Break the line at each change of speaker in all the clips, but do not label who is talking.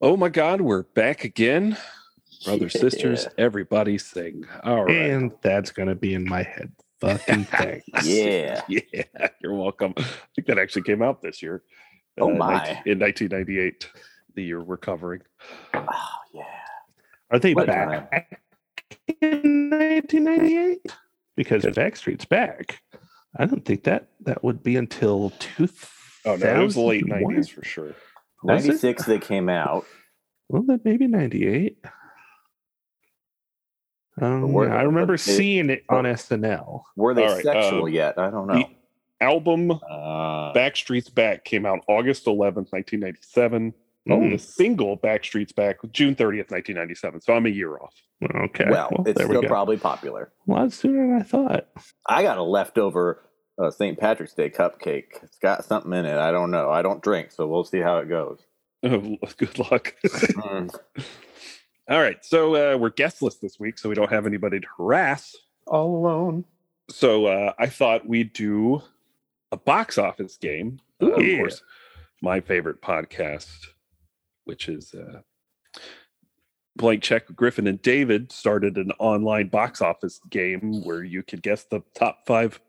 Oh my God, we're back again. Brothers, sisters, everybody sing. All right.
And that's gonna be in my head. Fucking thanks.
Yeah.
yeah, you're welcome. I think that actually came out this year.
Oh,
uh,
my.
nineteen- In 1998, the year we're covering.
Oh, yeah.
Are they
What
back in 1998? Because Backstreet's back. I don't think that that would be until two.
Oh, no, it was the late 90s for sure.
Was it?
96 they came out.
Well, then maybe 98. Um,
were-
I remember
but they-
seeing it on SNL.
Were they
All right,
sexual
um,
yet? I don't know.
the- Album
uh,
Backstreet's Back came out August 11th, 1997. The
Mm,
single Backstreet's Back June 30th, 1997. So I'm a year off.
okay.
well, it's
there we
still
go.
probably popular.
a lot sooner than I thought.
I got a leftover uh, St. Patrick's Day cupcake. It's got something in it. I don't know. I don't drink, so we'll see how it goes.
Oh, good luck.
Mm.
All right. So uh, we're guestless this week, so we don't have anybody to harass.
All alone.
So uh, I thought we'd do a box office game. Uh,
Ooh.
Of course, my favorite podcast, which is uh, Blank Check with Griffin and David, started an online box office game where you could guess the top five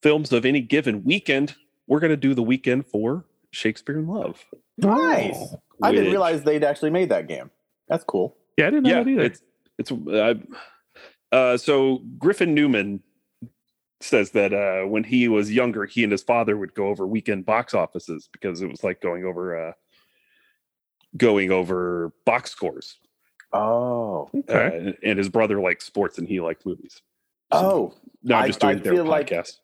films of any given weekend. We're going to do the weekend for Shakespeare in Love.
Nice. I didn't
which-
realize they'd actually made that game. That's cool.
Yeah, I didn't know
yeah,
that either.
it's it's uh, uh, so Griffin Newman says that uh, when he was younger, he and his father would go over weekend box offices because it was like going over uh, going over box scores.
Oh.
okay.
Uh, and his brother liked sports, and he liked movies.
Oh.
Not
I-
just doing
I
their
feel like-
podcast.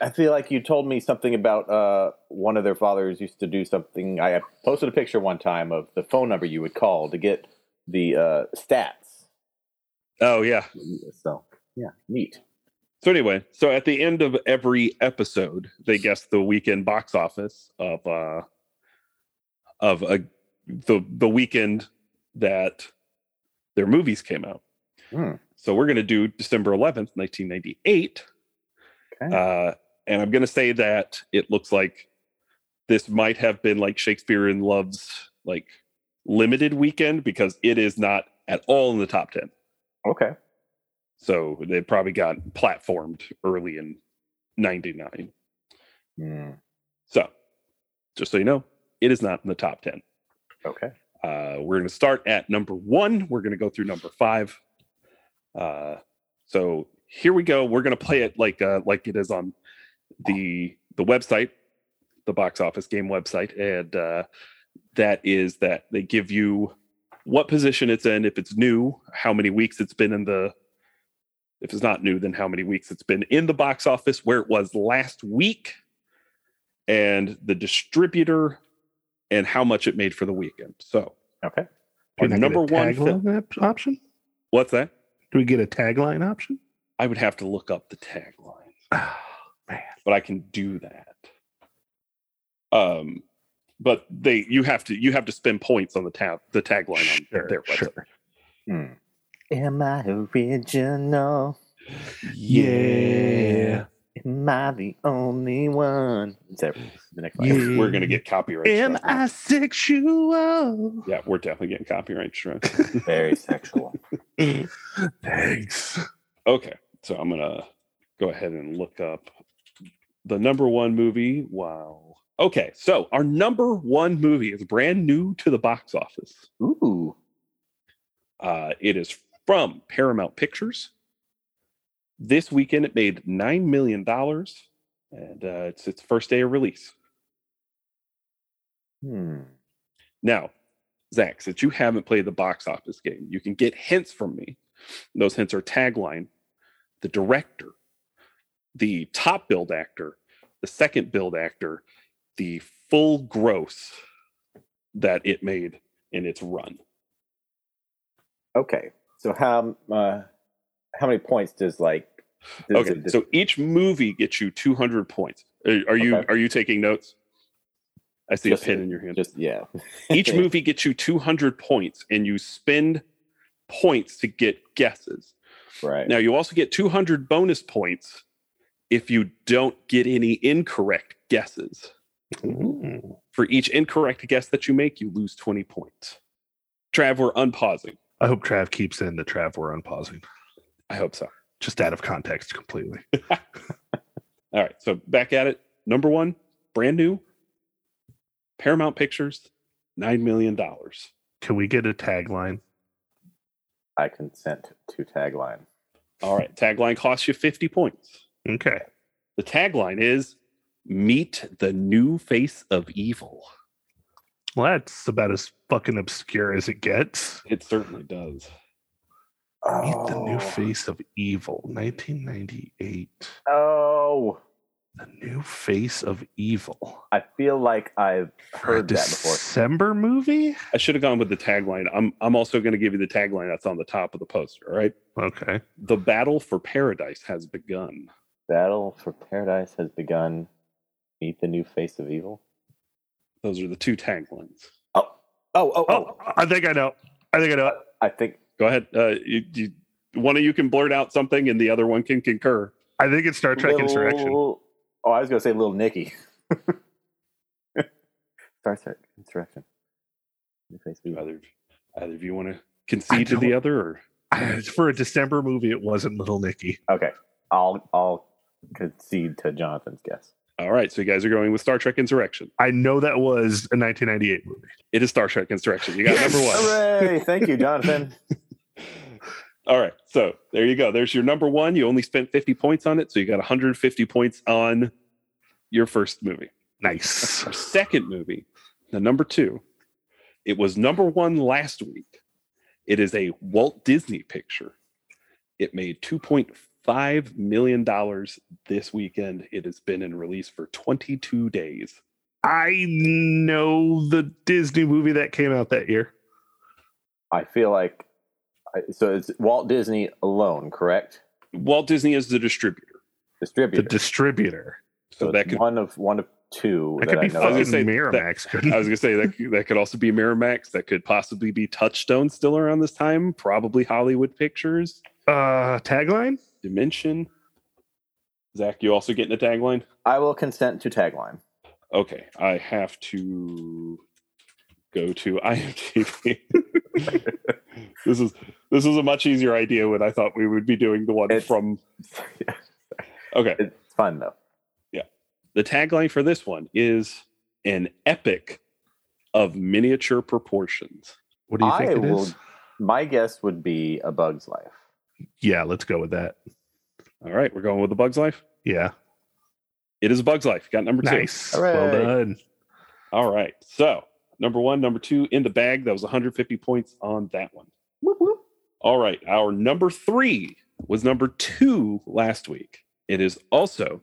I feel like you told me something about uh, one of their fathers used to do something. I posted a picture one time of the phone number you would call to get the uh, stats.
oh yeah.
So, yeah, neat.
So anyway, so at the end of every episode, they guess the weekend box office of uh of a the the weekend that their movies came out.
Hmm.
So we're going to do December 11th, 1998.
Okay.
Uh and I'm going to say that it looks like this might have been like Shakespeare in Love's like limited weekend because it is not at all in the top 10.
Okay.
So they probably got platformed early in 99.
Hmm.
So just so you know, it is not in the top 10.
Okay.
Uh, we're going to start at number one. We're going to go through number five. Uh, so here we go. We're going to play it like uh, like it is on the the website, the box office game website, and uh, that is that they give you what position it's in, if it's new, how many weeks it's been in the. If it's not new, then how many weeks it's been in the box office, where it was last week, and the distributor, and how much it made for the weekend. So
Okay.
Do we
our
not get a
number one film-
tagline op- option?
What's that?
Do we get a tagline option?
I would have to look up the tagline, but I can do that. Um, but they you have to you have to spend points on the tab the tagline on
Sure,
their website.
sure.
Hmm. Am I original?
Yeah.
Am I the only one? Is that the next
And
line?
We're gonna get copyright.
Am
strike.
I sexual?
Yeah, we're definitely getting copyright strike.
Very sexual.
Thanks.
okay, so I'm gonna go ahead and look up the number one movie. Wow. Okay, so our number one movie is brand new to the box office.
Ooh.
Uh, it is from Paramount Pictures. This weekend, it made nine million dollars, and uh, it's its first day of release.
Hmm.
Now, Zach, since you haven't played the box office game, you can get hints from me. Those hints are tagline, the director, the top build actor, the second build actor, the full gross that it made in its run.
Okay. So how uh, how many points does like does
Okay,
it-
so each movie gets you 200 points. Are, are you
Okay.
are you taking notes? I see
Just-
a pen in your hand.
just yeah.
each movie gets you 200 points, and you spend points to get guesses.
right.
Now you also get 200 bonus points if you don't get any incorrect guesses.
Ooh.
For each incorrect guess that you make, you lose 20 points. Trav, we're unpausing.
I hope Trav keeps in the Trav we're unpausing,
I hope so.
just out of context completely.
All right, so back at it. Number one, brand new. Paramount Pictures, nine million dollars.
Can we get a tagline?
I consent to tagline.
All right, tagline costs you fifty points.
Okay.
The tagline is "Meet the new face of evil."
Well, that's about as fucking obscure as it gets.
It certainly does.
Meet the
Oh.
new face of evil, 1998.
Oh,
The new face of evil.
I feel like I've
For a
heard that before.
December movie?
I should have gone with the tagline. I'm I'm also going to give you the tagline that's on the top of the poster. All right,
Okay.
the battle for paradise has begun.
Battle for Paradise has begun. Meet the new face of evil.
Those are the two taglines.
Oh, oh, oh!
Oh, I think I know. I think I know.
I think
Go ahead. Uh, you, you, one of you can blurt out something, and the other one can concur.
I think it's Star Trek Insurrection.
Little- Oh, I was gonna say Little Nicky. Star Trek Insurrection. New face of evil.
Either either of you want to concede to the
don't-
other, or
I- For a December movie, it wasn't Little Nicky.
Okay, I'll I'll concede to Jonathan's guess.
all right. So you guys are going with Star Trek Insurrection.
I know that was a 1998 movie.
It is Star Trek Insurrection. You got number one.
Hooray! Thank you, Jonathan.
All right. So there you go. There's your number one. You only spent 50 points on it. So you got 150 points on your first movie.
Nice.
Our second movie, the number two, it was number one last week. It is a Walt Disney picture. It made $2.5 million this weekend. It has been in release for 22 days.
I know the Disney movie that came out that year.
I feel like I- so. It's Walt Disney alone, correct?
Walt Disney is the distributor.
The
Distributor.
distributor.
So
it's
that could,
one of one of two
That
that
could
I
be
know.
I was
fucking
gonna
of.
say that-
Miramax. couldn't
I was going to say that, that could also be Miramax. That could possibly be Touchstone still around this time, probably Hollywood Pictures.
Uh, tagline?
Dimension. Zach, you also getting a tagline?
I will consent to tagline.
Okay, I have to go to IMDb. this is this is a much easier idea when I thought we would be doing the one
It's-
from. Okay,
It's fun though.
the tagline for this one is an epic of miniature proportions.
What do you
I
think it is?
will. My guess would be A Bug's Life.
Yeah, let's go with that.
All right, we're going with the Bug's Life.
Yeah.
It is a Bug's Life. Got number two.
Nice. Well
Hooray.
done.
All right. So number one, number two in the bag. That was 150 points on that one.
Whoop, whoop.
All right. Our number three was number two last week. It is also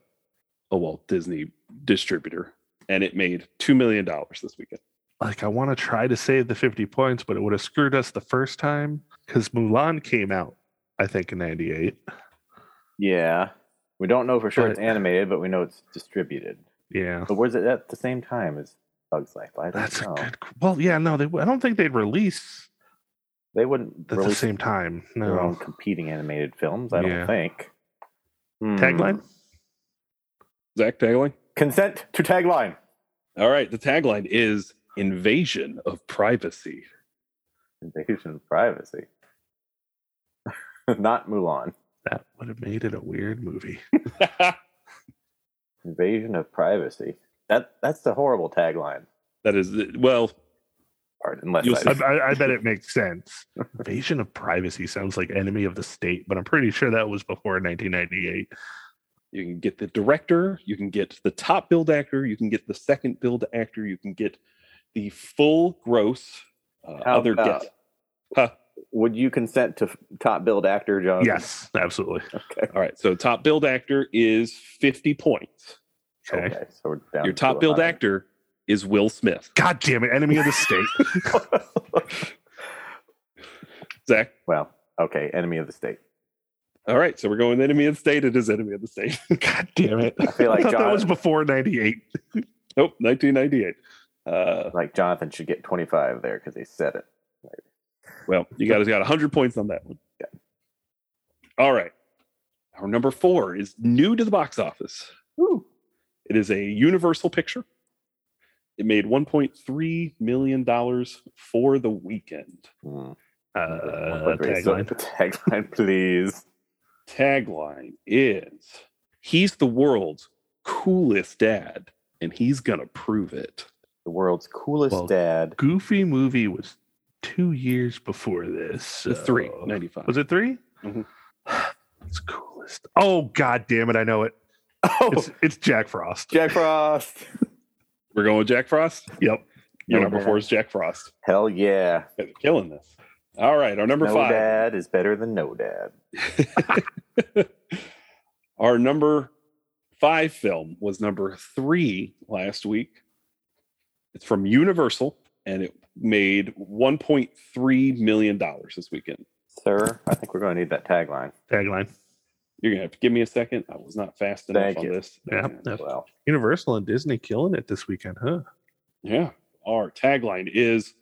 a Walt Disney distributor, and it made $2 million this weekend.
Like, I want to try to save the 50 points, but it would have screwed us the first time because Mulan came out, I think, in 98.
Yeah. We don't know for sure it's
But-
animated, but we know it's distributed.
Yeah.
But was it at the same time as Bugs Life? I don't
That's a
know.
good. qu- Well, yeah, no, they, I don't think they'd release
They wouldn't
at the
release
same time.
their own
No.
competing animated films, I don't
Yeah.
think. Hmm.
Tagline?
Zach, tagline?
Consent to tagline.
All right. The tagline is Invasion of Privacy.
Invasion of privacy. Not Mulan.
That would have made it a weird movie.
that
Invasion of privacy. That that's the horrible tagline
is, well,
part, unless
You'll
I,
see-
I, I, I bet it makes sense. Invasion of privacy sounds like enemy of the state, but I'm pretty sure that was before 1998.
You can get the director, you can get the top build actor, you can get the second build actor, you can get the full gross uh,
How
other
about-
guest.
would you consent to f- top billed actor John?
Yes, absolutely.
All right, so top build actor is 50 points.
Okay.
Okay, so we're down
Your
to
top build
11.
actor is Will Smith.
God damn it, enemy of the state.
Zach.
Well, okay, enemy of the state.
All right, so we're going enemy of the state. It is enemy of the state.
God damn it. I
feel like
thought that
John-
was before 98.
nope, 1998. Uh,
Like Jonathan should get 25 there because he said it.
well, you guys got 100 points on that one. All right. Our number four is new to the box office.
Woo.
It is a Universal picture. It made 1.3 million dollars for the weekend.
Mm.
Uh,
Great. So,
tagline.
tagline, please.
Tagline is He's the world's coolest dad, and he's gonna prove it.
The world's coolest
Well,
dad.
Goofy movie was two years before this. So.
The three ninety five.
Was it 3
Mhm.
Mm-hmm.
It's coolest. Oh god damn it! I know it.
Oh,
It's it's Jack Frost.
Jack Frost.
We're going with Jack Frost.
Yep.
Your
No
number
doubt.
four is Jack Frost.
Hell yeah.
Guys are Killing this. All right, our number
no
five.
dad is better than no dad.
Our number five film was number three last week. It's from Universal and it made $1.3 million this weekend.
Sir, I think we're going to need that tagline.
Tagline.
You're going to have to give me a second. I was not fast enough
Thank
on
you.
this.
Yeah.
And- uh,
Well,
Universal and Disney killing it this weekend, huh?
yeah. Our tagline is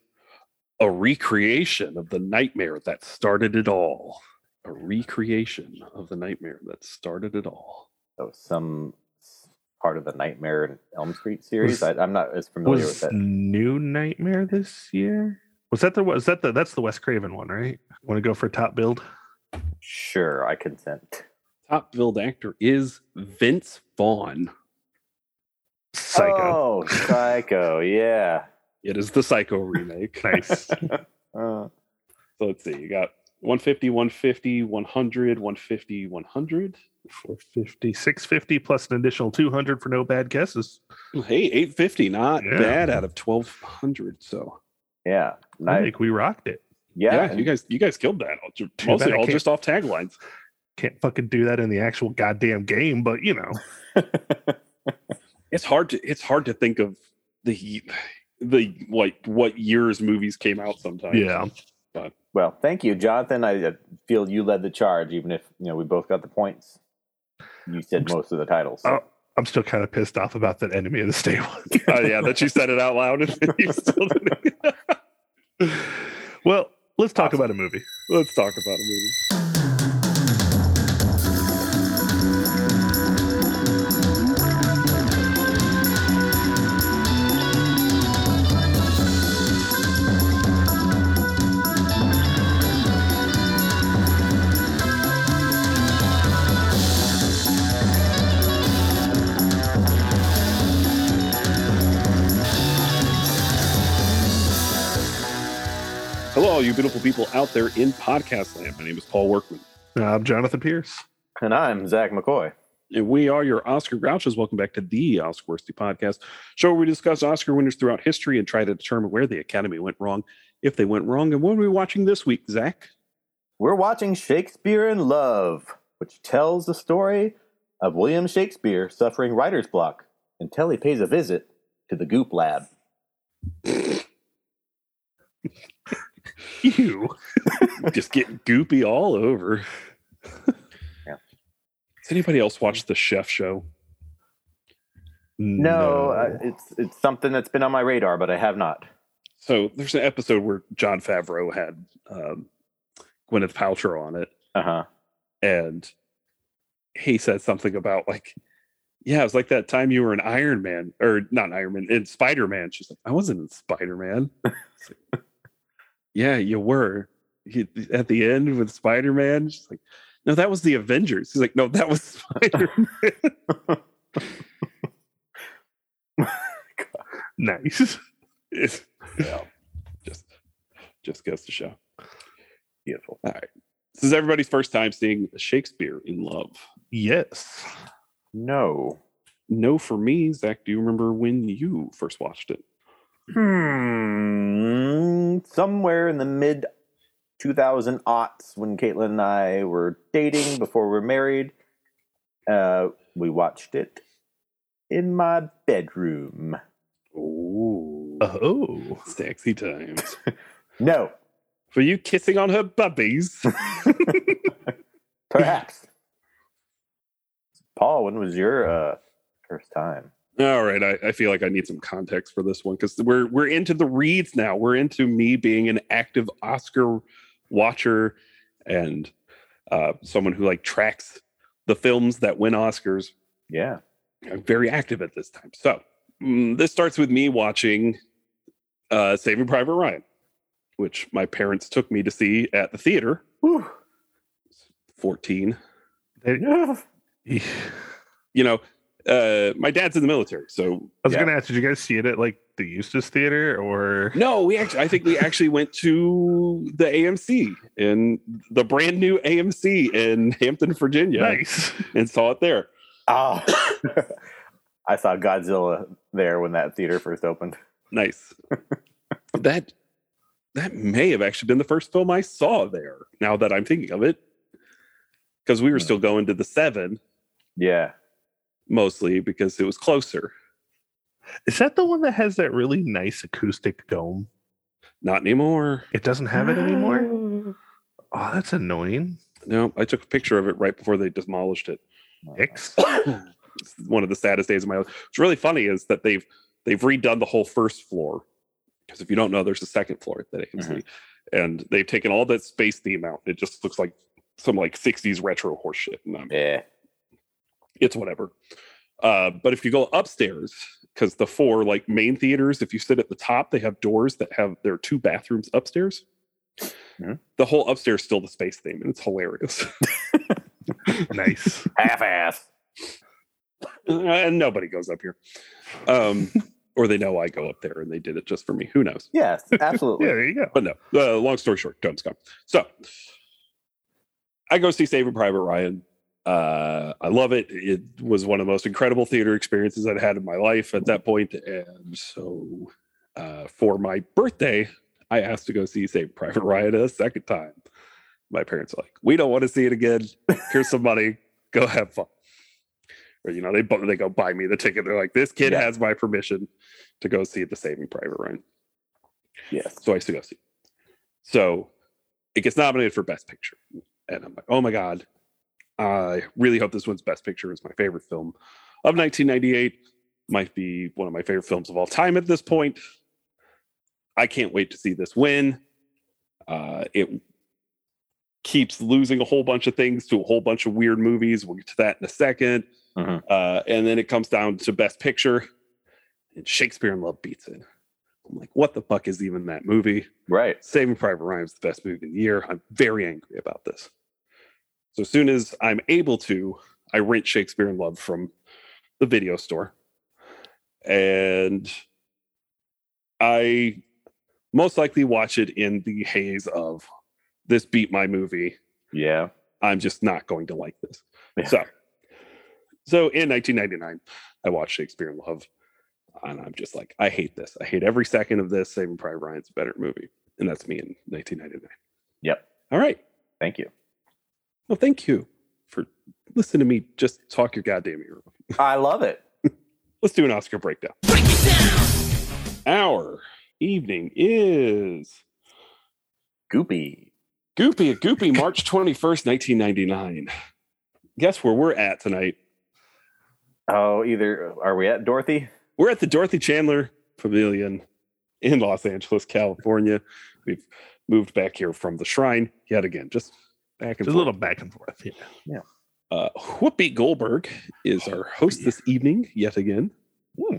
a recreation of the nightmare that started it all. A recreation of the nightmare that started it all.
that was some part of the Nightmare in Elm Street series. I, I'm not as familiar
Was
with it.
New Nightmare this year? Was that the was that the that's the Wes Craven one, right? Want to go for top build?
Sure, I consent.
Top billed actor is Vince Vaughn.
Psycho.
Oh, Psycho. Yeah.
It is the Psycho remake.
Nice.
Uh,
So let's see. You got 150, 150, 100, 150, 100.
450, 650 plus an additional 200 for no bad guesses.
Hey, 850, not
Yeah.
bad out of 1200. So
yeah.
I
Nice.
think we rocked it.
yeah,
Yeah.
you guys, you guys killed that. All ju-
Too
Mostly
bad I
all
can't-
just off taglines.
Can't fucking do that in the actual goddamn game, but you know,
It's hard to, it's hard to think of the, ye- the like what years movies came out sometimes.
yeah,
Well, thank you, Jonathan. I uh, feel you led the charge, even if you know we both got the points. You said most of the titles.
Oh. I'm still kind of pissed off about that enemy of the state one.
Oh, yeah, that you said it out loud. And you still didn't.
well, let's talk about a movie.
Let's talk about a movie. Hello, all you beautiful people out there in podcast land. My name is Paul Workman.
I'm Uh, Jonathan Pierce.
And I'm Zach McCoy.
And we are your Oscar Grouches. Welcome back to the Oscar Worsty Podcast, show where we discuss Oscar winners throughout history and try to determine where the Academy went wrong, if they went wrong. And what are we watching this week, Zach?
We're watching Shakespeare in Love, which tells the story of William Shakespeare suffering writer's block until he pays a visit to the Goop Lab.
You.
Just getting goopy all over.
Yeah. Mm-hmm.
Has anybody else watched the Chef Show?
No, uh, it's it's something that's been on my radar, but I have not.
So there's an episode where John Favreau had um, Gwyneth Paltrow on it,
Uh huh.
and he said something about like yeah it was like that time you were in iron man or not iron man in spider-man she's like i wasn't in spider-man It's like, yeah you were He- at the end with spider-man she's like no that was the avengers he's like no that was spider
nice.
It's- just just goes to show
Beautiful.
this is everybody's first time seeing shakespeare in love
Yes.
No.
no for me zach do you remember when you first watched it
Hmm. Somewhere in the mid 2000 aughts, when Caitlin and I were dating before we were married, uh, we watched it in my bedroom.
oh
Oh.
sexy times
No,
Were you kissing on her bubbies?
perhaps. Paul, when was your uh, first time?
All right, I, I feel like I need some context for this one because we're we're into the reads now. We're into me being an active Oscar watcher and uh, someone who like tracks the films that win Oscars.
Yeah.
I'm very active at this time. So mm, this starts with me watching uh, Saving Private Ryan, which my parents took me to see at the theater.
Whew.
14.
I
I
You know, uh, my dad's in the military, so
was
yeah.
gonna ask, did you guys see it at like the Eustis Theater or?
No, we actually. I think we actually went to the AMC in the brand new AMC in Hampton, Virginia,
Nice.
and saw it there.
Oh. I saw Godzilla there when that theater first opened.
Nice. that that may have actually been the first film I saw there. Now that I'm thinking of it, because we were still going to the seven
Yeah.
mostly because it was closer.
Is that the one that has that really nice acoustic dome?
Not anymore.
It doesn't have it anymore. Oh, that's annoying.
No, I took a picture of it right before they demolished it.
X.
It's one of the saddest days of my life. What's really funny is that they've they've redone the whole first floor because if you don't know, there's a second floor at that AMC, and they've taken all that space theme out. It just looks like some like '60s retro horse shit, and I'm,
Yeah.
it's whatever. Uh, but if you go upstairs, because the four like main theaters, if you sit at the top, they have doors that have their two bathrooms upstairs.
Mhm.
The whole upstairs is still the space theme, and it's hilarious.
nice.
Half ass.
Uh, and nobody goes up here, um, or they know I go up there, and they did it just for me. Who knows?
Yes,
Yeah,
absolutely.
there you go.
but no. Uh, long story short, Jones come. So I go see Saving Private Ryan. Uh, I love it. It was one of the most incredible theater experiences I'd had in my life at that point. And so uh, for my birthday, I asked to go see Saving Private Ryan a second time. My parents are like, we don't want to see it again. Here's some money. Go have fun. Or, you know, they bu- they go buy me the ticket. They're like, this kid
Yeah.
has my permission to go see the Saving Private Ryan.
Yes.
So I used to go see. it. So it gets nominated for Best Picture. And I'm like, oh my God. I really hope this wins Best Picture. It's my favorite film of 1998. Might be one of my favorite films of all time at this point. I can't wait to see this win. Uh, it keeps losing a whole bunch of things to a whole bunch of weird movies. We'll get to that in a 2nd
Mhm.
Uh, and then it comes down to Best Picture, and Shakespeare in Love beats it. I'm like, what the fuck is even that movie?
Right.
Saving Private Ryan is the best movie of the year. I'm very angry about this. So as soon as I'm able to, I rent Shakespeare in Love from the video store. And I most likely watch it in the haze of this beat my movie.
Yeah.
I'm just not going to like this.
Yeah.
So, so in 1999, I watched Shakespeare in Love, and I'm just like, I hate this. I hate every second of this. Saving Private Ryan's a better movie, and that's me in 1999.
Yep.
All right.
Thank you.
Well, thank you for listening to me. Just talk your goddamn ear. off.
I love it.
Let's do an Oscar breakdown. Our evening is
Goopy.
Goopy at Goopy, March 21st, 1999. Guess where we're at tonight?
Oh, either are we at Dorothy?
We're at the Dorothy Chandler Pavilion in Los Angeles, California. We've moved back here from the shrine yet again, just back and
It's a
forth.
little back and forth. Yeah.
Uh, Whoopi Goldberg is our host this evening yet again.
Hmm.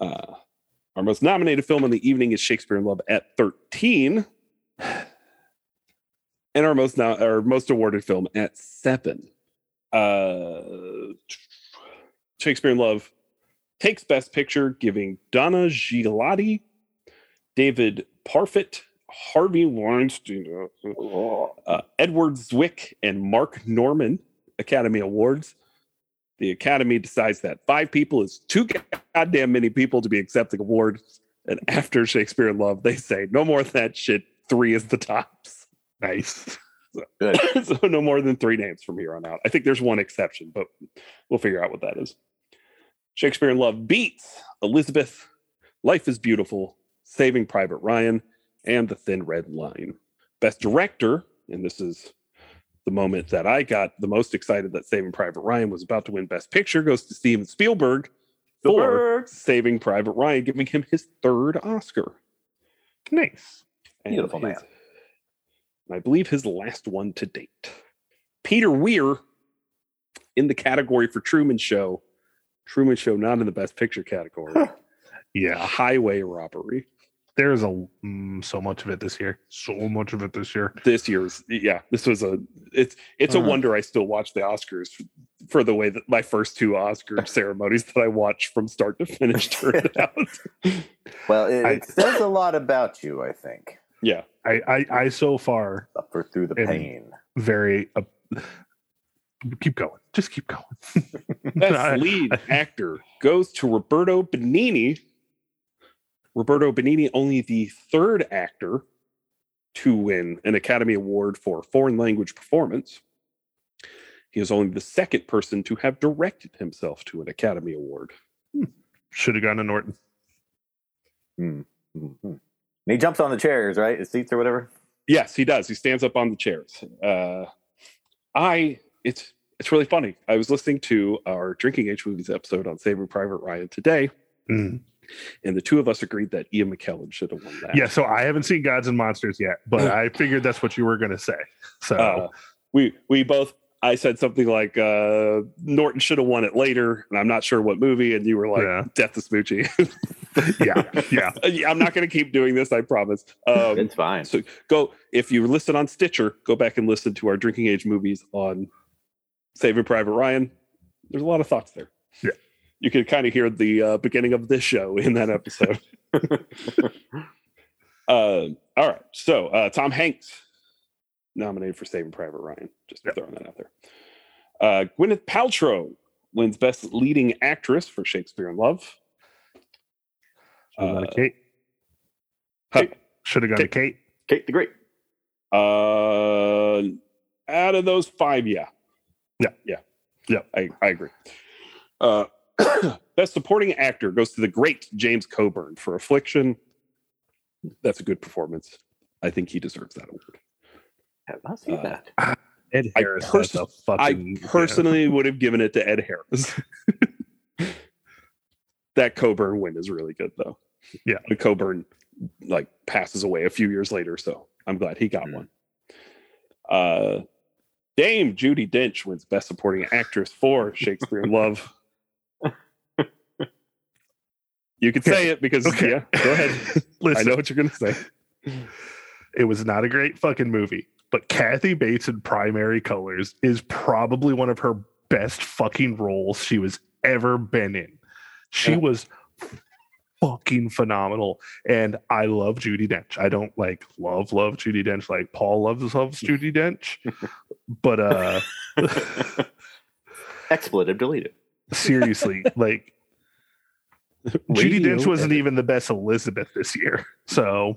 Uh, our most nominated film in the evening is Shakespeare in Love at 13. And our most now our most awarded film at seven. Uh, Shakespeare in Love takes Best Picture, giving Donna Gigliotti, David Parfit, Harvey Weinstein, uh, Edward Zwick, and Mark Norman Academy Awards. The Academy decides that five people is too goddamn many people to be accepting awards. And after Shakespeare in Love, they say no more of that shit. Three is the tops.
Nice.
Good.
so no more than three names from here on out. I think there's one exception, but we'll figure out what that is. Shakespeare in Love beats Elizabeth, Life is Beautiful, Saving Private Ryan, and The Thin Red Line. Best Director, and this is the moment that I got the most excited that Saving Private Ryan was about to win Best Picture, goes to Steven Spielberg for
Spielberg.
Saving Private Ryan, giving him his third Oscar.
Nice.
And
Beautiful man.
I believe his last one to date. Peter Weir in the category for Truman Show Truman Show not in the Best Picture category.
Yeah,
Highway robbery.
there's a mm, so much of it this year. So much of it this year.
This year's yeah, this was a it's it's
Uh-huh.
a wonder I still watch the Oscars for the way that my first two Oscar ceremonies that I watched from start to finish turned out.
Well, it,
I-
it says a lot about you, I think.
Yeah.
I I, I so far
Suffer through the
And-
pain.
very uh, keep going. Just keep going. I-
Best lead actor goes to Roberto Benini. Roberto Benini, only the third actor to win an Academy Award for foreign language performance. He is only the second person to have directed himself to an Academy Award.
Should have gone to Norton.
Mhm. And he jumps on the chairs, right? His seats or whatever.
Yes, he does. He stands up on the chairs. Uh, I it's it's really funny. I was listening to our Drinking Age Movies episode on Saving Private Ryan today,
Mm.
and the two of us agreed that Ian McKellen should have won that.
Yeah, so I haven't seen Gods and Monsters yet, but
Oh.
I figured that's what you were gonna say. So
uh, we we both I said something like uh, Norton should have won it later, and I'm not sure what movie. And you were like,
Yeah.
"Death is Smoochie."
yeah, yeah.
Yeah, I'm not going to keep doing this. I promise. Um,
It's fine.
so go if you listen on Stitcher, go back and listen to our drinking age movies on Saving Private Ryan. There's a lot of thoughts there.
Yeah.
you can kind of hear the uh, beginning of this show in that episode. Um all right, so uh, Tom Hanks nominated for Saving Private Ryan. Just
Yep.
throwing that out there. Uh, Gwyneth Paltrow wins Best Leading Actress for Shakespeare in Love.
Should have gone
Uh,
to Kate.
Kate.
Should have gone to Kate.
Kate the Great.
Uh, out of those five, yeah,
Yeah.
yeah,
Yeah.
I, I agree. Uh, best supporting actor goes to the great James Coburn for Affliction. That's a good performance. I think he deserves that award.
Have not seen
Uh,
that.
Ed
I
Harris
perso-
has a
I
fucking
personally would have given it to Ed Harris. that Coburn win is really good, though.
Yeah.
And Coburn like passes away a few years later, so I'm glad he got
Mm.
Mhm.
one. Uh, Dame Judy Dench wins Best Supporting Actress for Shakespeare in Love. You could say it because
Okay.
yeah, go ahead. I
Listen,
know what you're gonna say.
it was not a great fucking movie, but Kathy Bates in Primary Colors is probably one of her best fucking roles she was ever been in. She
Yeah.
was fucking phenomenal, and I love Judy Dench. I don't like love love Judy Dench like Paul loves loves Judy Dench, but uh,
Expletive deleted.
seriously, like Judy
Radio
Dench wasn't
edit.
even the best Elizabeth this year. So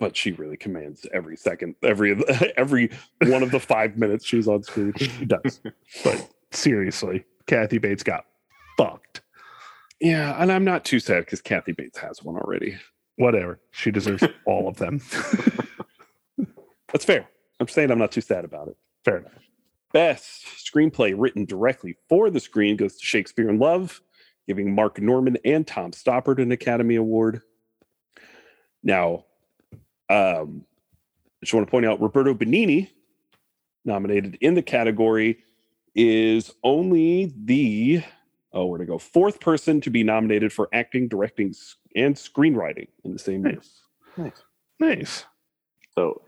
but she really commands every second, every of the- every one of the five minutes she's on screen.
she does. But seriously, Kathy Bates got fucked.
Yeah, and I'm not too sad because Kathy Bates has one already.
Whatever. She deserves all of them.
That's fair. I'm saying I'm not too sad about it.
Fair enough.
Best screenplay written directly for the screen goes to Shakespeare in Love, giving Mark Norman and Tom Stoppard an Academy Award. Now, um, I just want to point out Roberto Benini, nominated in the category, is only the oh, we're gonna go fourth person to be nominated for acting, directing, s- and screenwriting in the same year.
Nice. Nice.
So,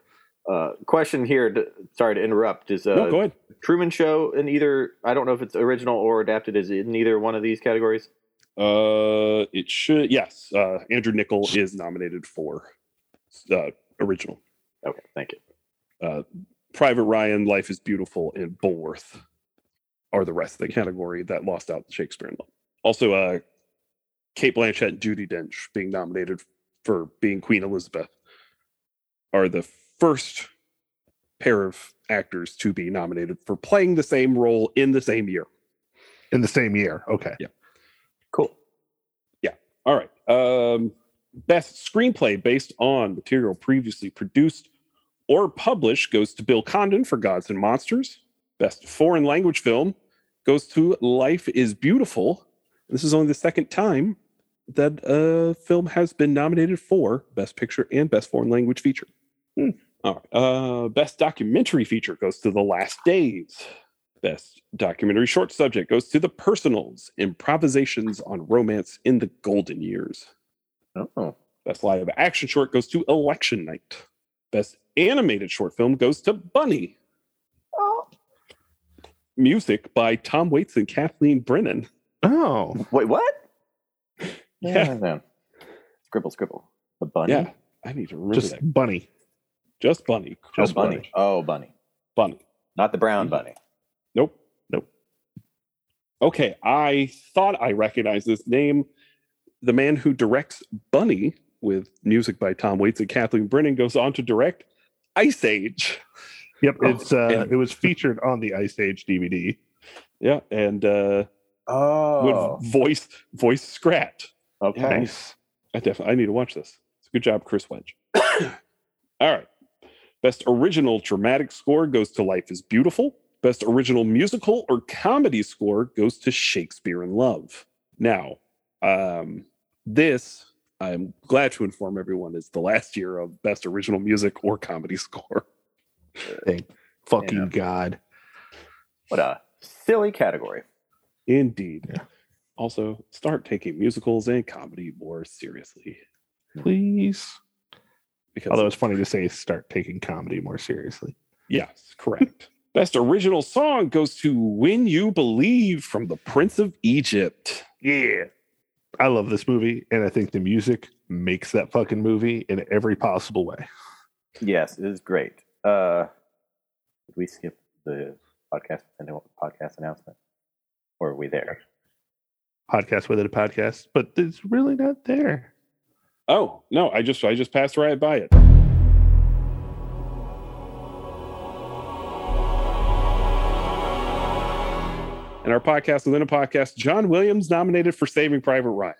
uh, question here. To, sorry to interrupt. Is uh,
no, go ahead.
Truman Show in either? I don't know if it's original or adapted. Is it in either one of these categories?
Uh, it should. Yes, uh, Andrew Nichol is nominated for uh, original.
Okay, thank you.
Private Ryan, Life is Beautiful, and Bullworth are the rest of the category that lost out to Shakespeare in Love. Also, uh, Kate Blanchett and Judy Dench being nominated for being Queen Elizabeth are the first pair of actors to be nominated for playing the same role in the same year.
In the same year. Okay.
Cool.
All right. Um, best screenplay based on material previously produced or published goes to Bill Condon for Gods and Monsters. Best foreign language film goes to Life is Beautiful. This is only the second time that a film has been nominated for Best Picture and Best Foreign Language Feature.
Hmm.
All right. Uh, best documentary feature goes to The Last Days. Best documentary short subject goes to The Personals Improvisations on Romance in the Golden Years.
Oh,
Best live action short goes to Election Night. Best animated short film goes to Bunny.
Oh.
Music by Tom Waits and Kathleen Brennan.
Oh,
wait, what?
Yeah.
no. Scribble, scribble. The bunny.
Yeah. I need to remember
just
that.
bunny.
Just Bunny.
oh,
Just
bunny.
bunny.
Oh, bunny.
Bunny.
Not the brown bunny.
Nope.
Nope.
Okay, I thought I recognized this name. The man who directs Bunny with music by Tom Waits and Kathleen Brennan goes on to direct Ice Age.
Yep, it's uh,
and-
it was featured on the Ice Age DVD.
Yeah, and uh,
Oh.
would voice voice Scrat.
Okay.
Nice.
I definitely I need to watch this. It's a good job, Chris Wedge. All right. Best original dramatic score goes to Life is Beautiful. Best original musical or comedy score goes to Shakespeare in Love. Now, um, this, I'm glad to inform everyone, is the last year of Best Original Music or Comedy Score.
Thank fucking god.
What a silly category.
Indeed.
Yeah.
Also, start taking musicals and comedy more seriously.
Please.
Because
Although it's funny to say, start taking comedy more seriously.
Yes, correct. Best original song goes to When You Believe from the Prince of Egypt.
Yeah. I love this movie, and I think the music makes that fucking movie in every possible way.
Yes, it is great. Uh, did we skip the podcast podcast announcement? Or are we there?
Podcast within a podcast, but it's really not there.
Oh, no, I just I just passed right by it. And our podcast within a podcast, John Williams nominated for Saving Private Ryan.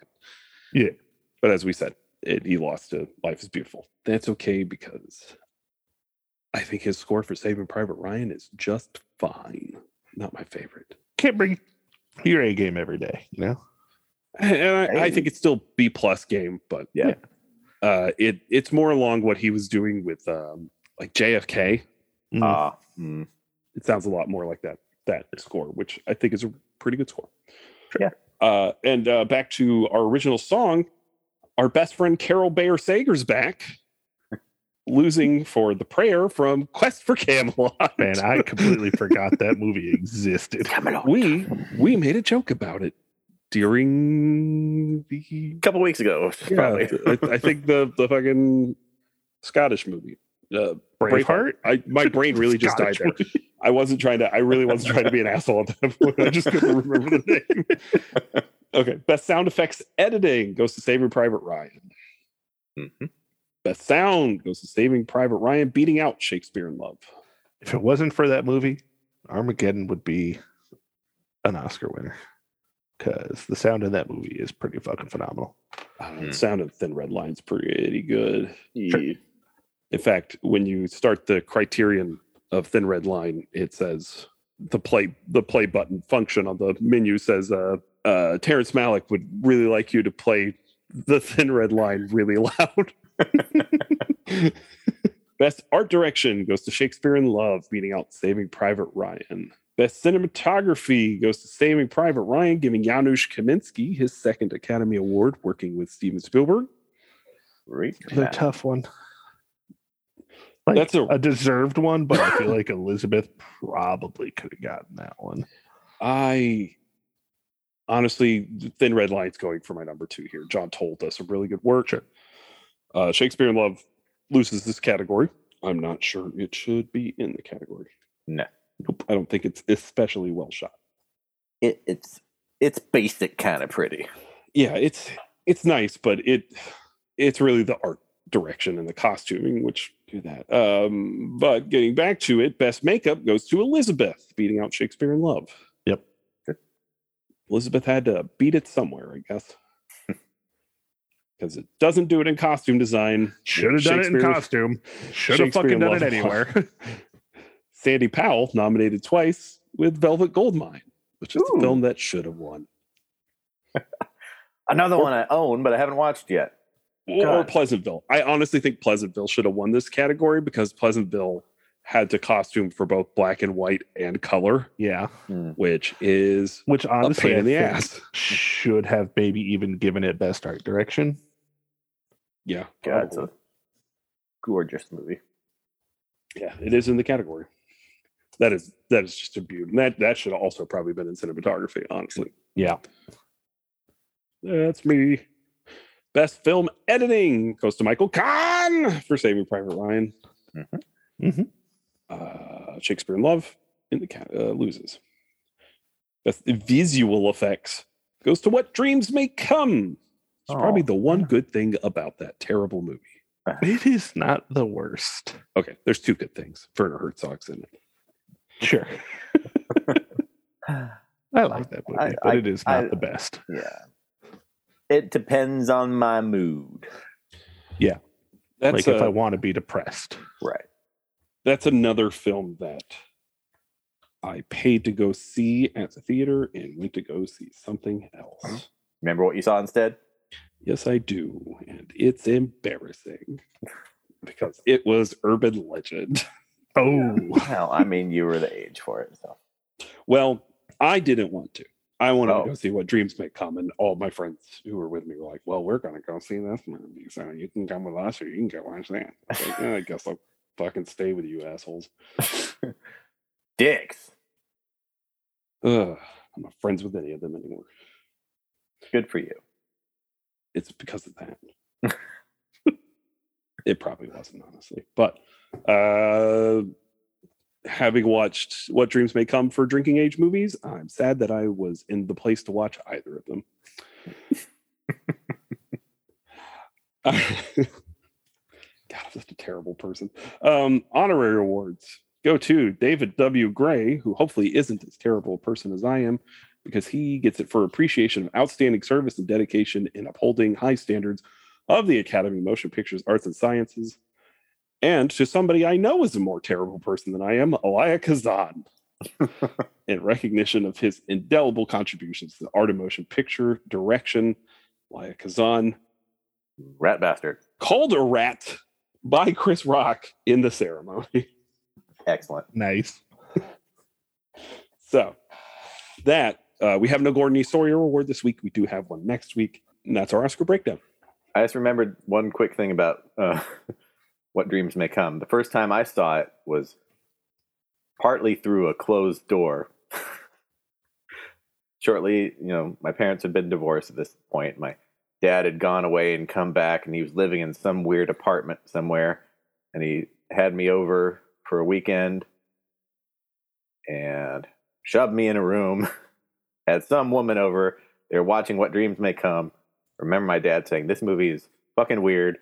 Yeah.
But as we said, it, he lost to Life is Beautiful. That's okay because I think his score for Saving Private Ryan is just fine. Not my favorite.
Can't bring your A game every day, you know?
and Uh, I, I
Hey.
think it's still B plus game, but
Yeah.
uh, it it's more along what he was doing with um, like JFK.
Mm.
Ah, mm.
It sounds a lot more like that that score, which I think is a pretty good score.
Yeah.
Uh, and uh, back to our original song, our best friend Carol Bayer Sager's back, losing for the prayer from Quest for Camelot.
Man, I completely forgot that movie existed.
we we made a joke about it during the
a couple weeks ago,
Yeah,
probably.
I, I think the the fucking Scottish movie. Uh,
Braveheart?
I my brain really just died
Scottish
there. I wasn't trying to. I really wasn't trying to be an asshole at that point. I just couldn't remember the name. Okay, best sound effects editing goes to Saving Private Ryan.
Mhm.
Best sound goes to Saving Private Ryan, beating out Shakespeare in Love.
If it wasn't for that movie, Armageddon would be an Oscar winner because the sound in that movie is pretty fucking phenomenal.
I don't know,
Hmm.
the Uh, sound of Thin Red Line's pretty good.
Yeah.
In fact, when you start the criterion of thin red line, it says the play the play button function on the menu says uh uh Terrence Malick would really like you to play the thin red line really loud. Best art direction goes to Shakespeare in Love, beating out Saving Private Ryan. Best cinematography goes to Saving Private Ryan, giving Janusz Kaminski his second Academy Award, working with Steven Spielberg.
Great.
Another tough one. Like,
That's a-
a deserved one, but I feel like Elizabeth probably could have gotten that one.
I honestly, Thin Red Line's going for my number two here. John Toll does some really good work.
Sure.
Uh, Shakespeare in Love loses this category. I'm not sure it should be in the category.
No.
Nope. I don't think it's especially well shot.
It, it's it's basic kind of pretty.
Yeah, it's it's nice, but it it's really the art direction and the costuming which do that. Um, but getting back to it, best makeup goes to Elizabeth, beating out Shakespeare in Love.
Yep.
Elizabeth had to beat it somewhere, I guess. Because it doesn't do it in costume design.
Should have done it in
Shakespeare-
costume. Should have
Shakespeare
fucking done
love
it anywhere.
Sandy Powell nominated twice with Velvet Goldmine, which is the
Ooh.
film that should have won.
Another
Or-
one I own, but I haven't watched yet.
or
God.
Pleasantville. I honestly think Pleasantville should have won this category because Pleasantville had to costume for both black and white and color,
Yeah.
which is
Which honestly,
a pain in the
I think
ass.
should have maybe even given it best art direction.
Yeah,
God, it's a gorgeous movie.
yeah, it is in the category. That is that is just a beauty. And that that should have also probably been in cinematography, honestly.
Yeah.
That's me. Best film editing goes to Michael Kahn for Saving Private Ryan.
Mhm.
Uh, Shakespeare in Love in the ca- uh, loses. Best visual effects goes to What Dreams May Come. It's probably
Oh,
the one
yeah.
good thing about that terrible movie.
It is not the worst.
Okay, there's two good things. Werner Herzog's in it.
Sure. I like that movie,
I-
but
I-
it is not
I-
the best.
Yeah. It depends on my mood.
That's
Like if
a-
I want to be depressed.
Right.
that's another film that I paid to go see at the theater and went to go see something else.
Remember what you saw instead?
Yes, I do. And it's embarrassing because it was urban legend.
Oh,
Well, I mean, you were the age for it. So.
Well, I didn't want to. I wanted
Oh.
to go see what dreams may come, and all my friends who were with me were like, "Well, we're gonna go see this movie, so you can come with us, or you can go watch that." I was like, "Yeah, I guess I'll fucking stay with you assholes.
Dicks.
Ugh, I'm not friends with any of them anymore.
Good for you.
it's because of that. it probably wasn't, honestly. But uh, having watched What Dreams May Come for drinking age movies, I'm sad that I was in the place to watch either of them. God, I'm such a terrible person. Um, honorary awards go to David W. Gray, who hopefully isn't as terrible a person as I am because he gets it for appreciation of outstanding service and dedication in upholding high standards of the Academy of Motion Pictures, Arts, and Sciences. And to somebody I know is a more terrible person than I am, Elia Kazan, in recognition of his indelible contributions to the art of motion picture direction. Elia Kazan
Rat bastard.
called a rat by Chris Rock in the ceremony.
Excellent.
nice.
So that uh, we have no Gordon E. Sawyer award this week. We do have one next week, and that's our Oscar breakdown.
I just remembered one quick thing about uh, what dreams may come. The first time I saw it was partly through a closed door. Shortly, you know, my parents had been divorced at this point. My dad had gone away and come back, and he was living in some weird apartment somewhere. And he had me over for a weekend and shoved me in a room. had some woman over. They were watching What Dreams May Come remember my dad saying this movie is fucking weird.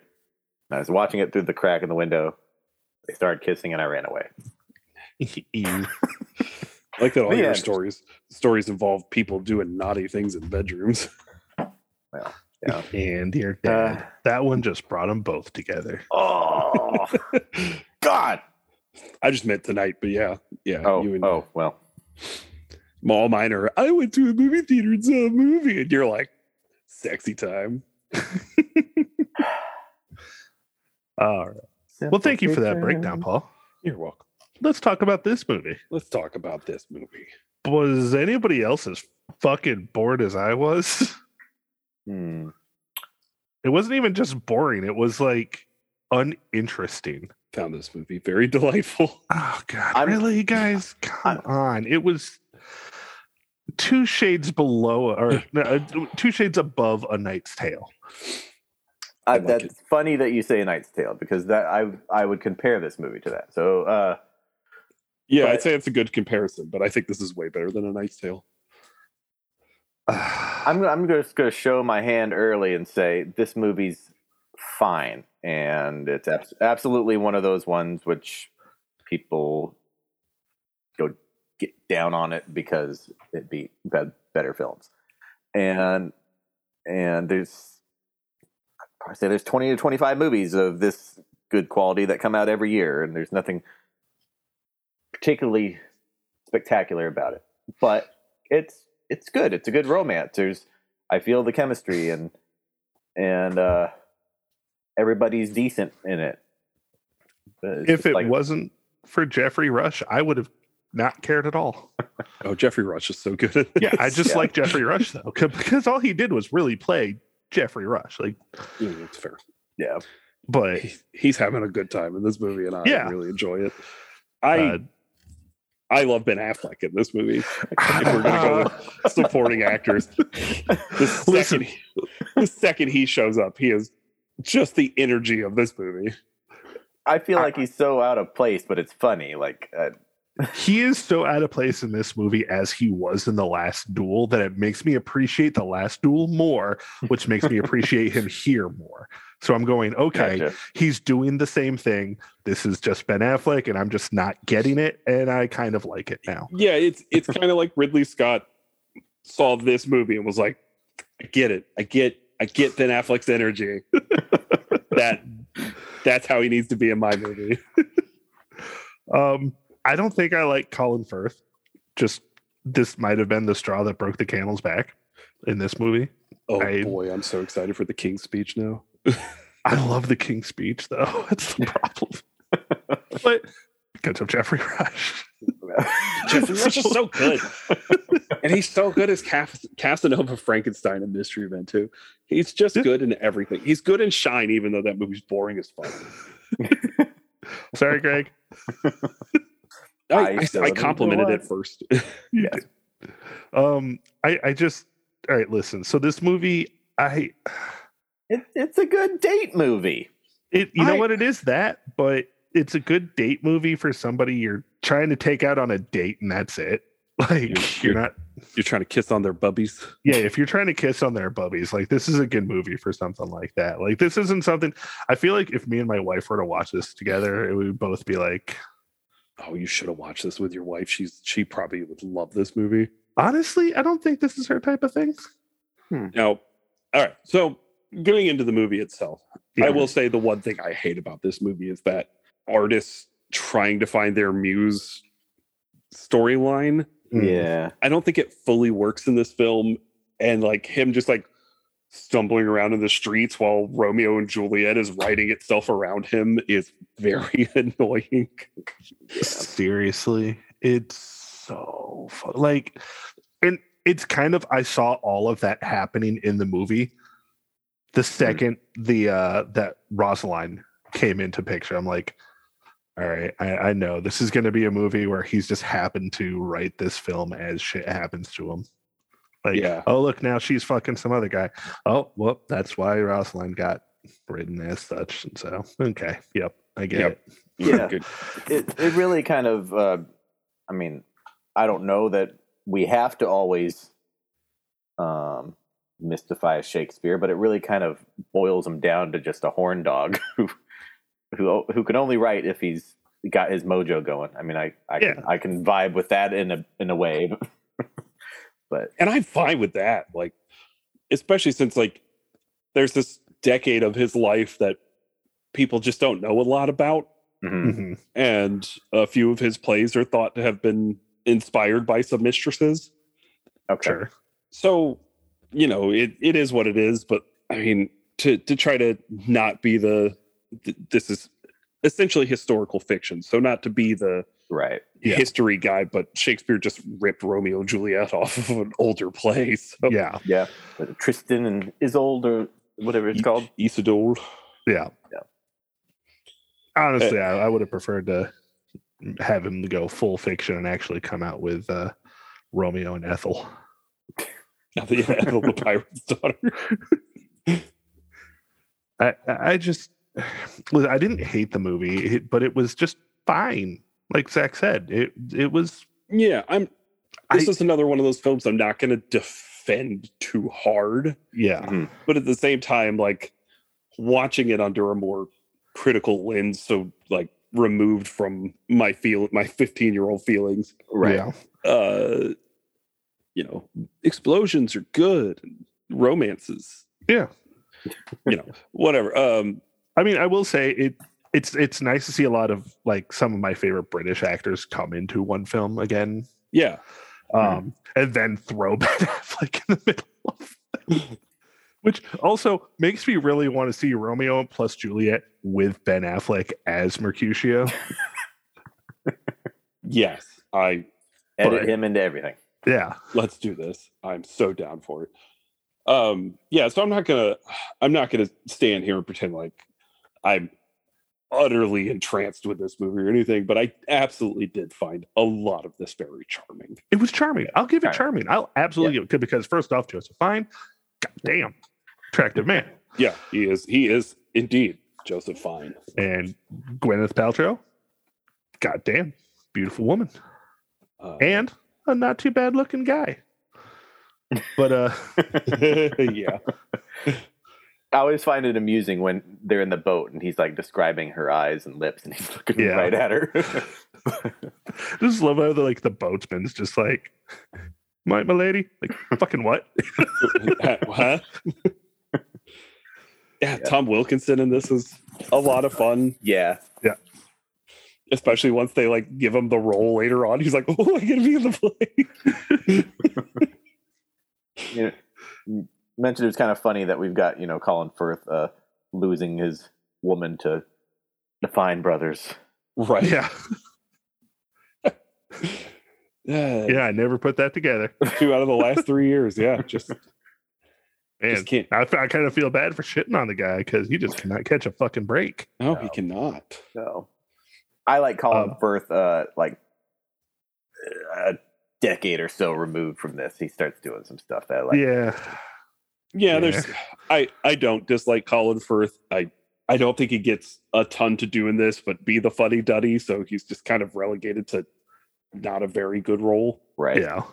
And I was watching it through the crack in the window. They started kissing and I ran away.
Ew.
I E. like that all
The
your
end.
stories stories involve people doing naughty things in bedrooms.
and your
Uh,
dad. that one just brought them both together.
Oh God!
I just meant tonight, but yeah, yeah.
Oh,
you and
oh well.
Mall Minor. I went to a movie theater and saw a movie, and you're like, sexy time.
All right. Well, thank you for that breakdown, Paul.
You're welcome.
Let's talk about this movie.
Let's talk about this movie.
Was anybody else as fucking bored as I was?
Hmm.
It wasn't even just boring, it was like uninteresting.
Found this movie very delightful.
Oh god,
I'm-
really, guys? Come on. It was two shades below or no, uh, two shades above a knight's tale.
I
Uh,
like
that's
it.
funny that you say A Knight's Tale because that I I would compare this movie to that. So uh,
Yeah,
But-
I'd say it's a good comparison, but I think this is way better than A Knight's Tale.
I'm
I'm I'm just going to show my hand early and say this movie's fine, and it's abs- absolutely one of those ones which people go get down on it because it beat be- better films, and and there's I'd probably say there's 20 to 25 movies of this good quality that come out every year, and there's nothing particularly spectacular about it, but it's it's good. It's a good romance. There's I feel the chemistry and and uh everybody's decent in it. But it's
if
just
it
like-
wasn't for Jeffrey Rush, I would have not cared at all.
Oh, Jeffrey Rush is so good. At
Yeah, I just
Yeah.
like Jeffrey Rush though, c- because all he did was really play Jeffrey Rush. Like,
yeah, it's fair.
Yeah.
but
He- He's having a good time in this movie, and I
Yeah.
really enjoy it. I
uh,
I love Ben Affleck in this movie. If we're gonna
Oh.
go with supporting actors, the second,
Listen.
the second he shows up, he is just the energy of this movie.
I feel
I-
like he's so out of place, but it's funny. Like, uh,
he is so out of place in this movie as he was in the last duel that it makes me appreciate the last duel more, which makes me appreciate him here more. So I'm going, okay,
gotcha.
he's doing the same thing. This is just Ben Affleck, and I'm just not getting it. And I kind of like it now.
Yeah, it's it's kind of like Ridley Scott saw this movie and was like, I get it. I get I get Ben Affleck's energy. that that's how he needs to be in my movie.
Um, I don't think I like Colin Firth. Just this might have been the straw that broke the camel's back in this movie.
Oh
I-
boy, I'm so excited for the King's speech now.
I love the King's speech though. That's the problem. but because of Jeffrey Rush.
Jeffrey Rush is so good. and he's so good as Cas- Casanova Frankenstein and Mystery Men too. He's just good in everything. He's good in Shine, even though that movie's boring as fuck.
Sorry, Greg.
I,
I
I,
still
I
don't know
complimented
why.
it first.
You did. Um, I, I just all right, listen. So this movie, I
it, it's a good date movie.
it you know
I-
what it is that, but it's a good date movie for somebody you're trying to take out on a date and that's it. Like
You're-
you're
you're-
not
You're trying to kiss on their bubbies.
yeah, if you're trying to kiss on their bubbies, like this is a good movie for something like that. Like this isn't something I feel like if me and my wife were to watch this together, it would both be like,
Oh, you should have watched this with your wife. She's she probably would love this movie.
honestly, I don't think this is her type of thing.
Now, all right. So going into the movie itself, I
Yeah.
will say the one thing I hate about this movie is that artists trying to find their muse storyline
Mm.
Yeah.
I don't think it fully works in this film. And like him just like stumbling around in the streets while Romeo and Juliet is riding itself around him is very annoying.
Seriously, it's so fu- like, and it's kind of I saw all of that happening in the movie. The
Mm-hmm.
second the uh that Rosaline came into picture, I'm like, all right, I, I know this is going to be a movie where he's just happened to write this film as shit happens to him. Like,
Yeah.
oh look, now she's fucking some other guy. Oh, whoop, that's why Rosaline got written as such. And so, okay, yep, I get
Yep.
it.
Yeah.
Good.
It, it really kind of, uh, I mean, I don't know that we have to always um, mystify Shakespeare, but it really kind of boils him down to just a horn dog who, who, who can only write if he's got his mojo going. I mean, I, I,
Yeah.
can, I can vibe with that in a, in a way.
And I'm fine with that. Like, especially since like there's this decade of his life that people just don't know a lot about.
Mhm.
mm-hmm,
Mhm.
And a few of his plays are thought to have been inspired by some mistresses.
Okay.
Sure.
so you know it, it is what it is but i mean to to try to not be the th- this is essentially historical fiction so not to be the
Right.
Yeah.
history guy but shakespeare just ripped romeo and juliet off of an older play so
Yeah.
Yeah. Tristan and Isolde or whatever it's called.
isidore
Yeah.
Yeah.
Honestly, I, I would have preferred to have him go full fiction and actually come out with uh, Romeo and Ethel.
the, Ethel the pirate's daughter
I, I I just, listen, I didn't hate the movie, it- but it was just fine. Like Zach said, it it was.
yeah i'm this
I-
is another one of those films i'm not going to defend too hard
Yeah,
but at the same time like watching it under a more critical lens so like removed from my feel my 15 year old feelings
Right.
Yeah.
uh you know explosions are good and romances
Yeah.
you know whatever um
I mean, I will say it. It's it's nice to see a lot of like some of my favorite British actors come into one film again,
yeah
um,
Mhm.
and then throw Ben Affleck in the middle of it. Which also makes me really want to see Romeo plus Juliet with Ben Affleck as Mercutio.
Yes, I
Edit
But-
him into everything.
Yeah.
let's do this. I'm so down for it. Um, yeah, so I'm not gonna I'm not gonna stand here and pretend like I'm utterly entranced with this movie or anything, but I absolutely did find a lot of this very charming.
It was charming. I'll give it
Alright.
charming. I'll absolutely give it good because first off, Joseph Fine, goddamn, attractive man,
Yeah, he is he is indeed Joseph Fine.
and Gwyneth Paltrow, goddamn, beautiful woman,
Uh,
and a not too bad looking guy. But uh,
yeah,
I always find it amusing when they're in the boat and he's like describing her eyes and lips and he's looking
Yeah.
right at her.
just love how the, like the boatsman's just like, my my lady, like fucking what?
Huh? yeah, Tom Wilkinson in this is a lot of fun.
yeah.
especially once they like give him the role later on. He's like, "Oh, I'm gonna be in the play."
You know, mentioned it was kind of funny that we've got, you know, Colin Firth uh, losing his woman to the Fine Brothers.
Right?
Yeah,
Yeah.
yeah, I never put that together,
Two out of the last three years. Yeah. Just, just
and
can't.
I, f- I kind of feel bad for shitting on the guy because he just cannot catch a fucking break.
No, he cannot.
So I like Colin
Um,
Firth uh, like uh, a decade or so removed from this. He starts doing some stuff that I like.
yeah.
Yeah. There's. I I don't dislike Colin Firth. I I don't think he gets a ton to do in this, but be the funny duddy. So he's just kind of relegated to not a very good role.
Right.
Yeah.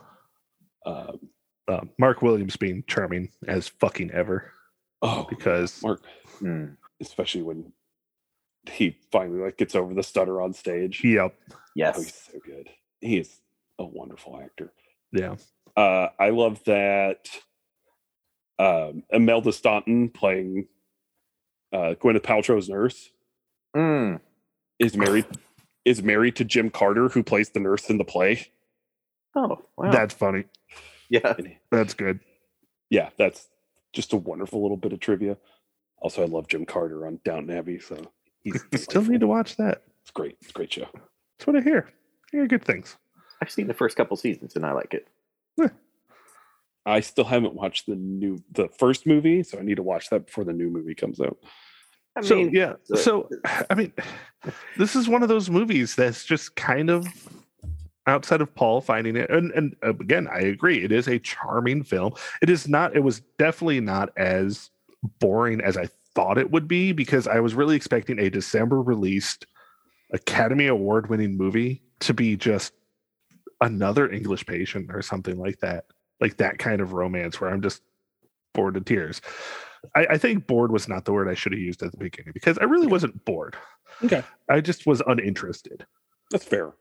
Um,
Um, Mark Williams being charming as fucking ever
oh,
because
Mark,
Oh,
Mm.
especially when he finally like gets over the stutter on stage.
yep,
Oh,
Yes.
he's so good. He is a wonderful actor.
yeah,
Uh, I love that um, Imelda Staunton playing uh, Gwyneth Paltrow's nurse
Mm.
is married is married to Jim Carter, who plays the nurse in the play.
Oh, wow.
that's funny.
yeah.
That's good.
Yeah, that's just a wonderful little bit of trivia. Also, I love Jim Carter on Downton Abbey, so he's
Still need to
delightful.
watch that.
It's great. It's a great show.
That's what I hear. I hear good things.
I've seen the first couple seasons and I like it.
I still haven't watched the new the first movie, so I need to watch that before the new movie comes out.
I
so
mean,
yeah,
the-
so I mean, this is one of those movies that's just kind of outside of Paul finding it. And and uh, again, I agree. It is a charming film. It is not. It was definitely not as boring as I thought it would be because I was really expecting a December released Academy Award winning movie to be just another English Patient or something like that, like that kind of romance where I'm just bored to tears. I, I think bored was not the word I should have used at the beginning because I really wasn't bored.
Okay.
I just was uninterested.
That's fair.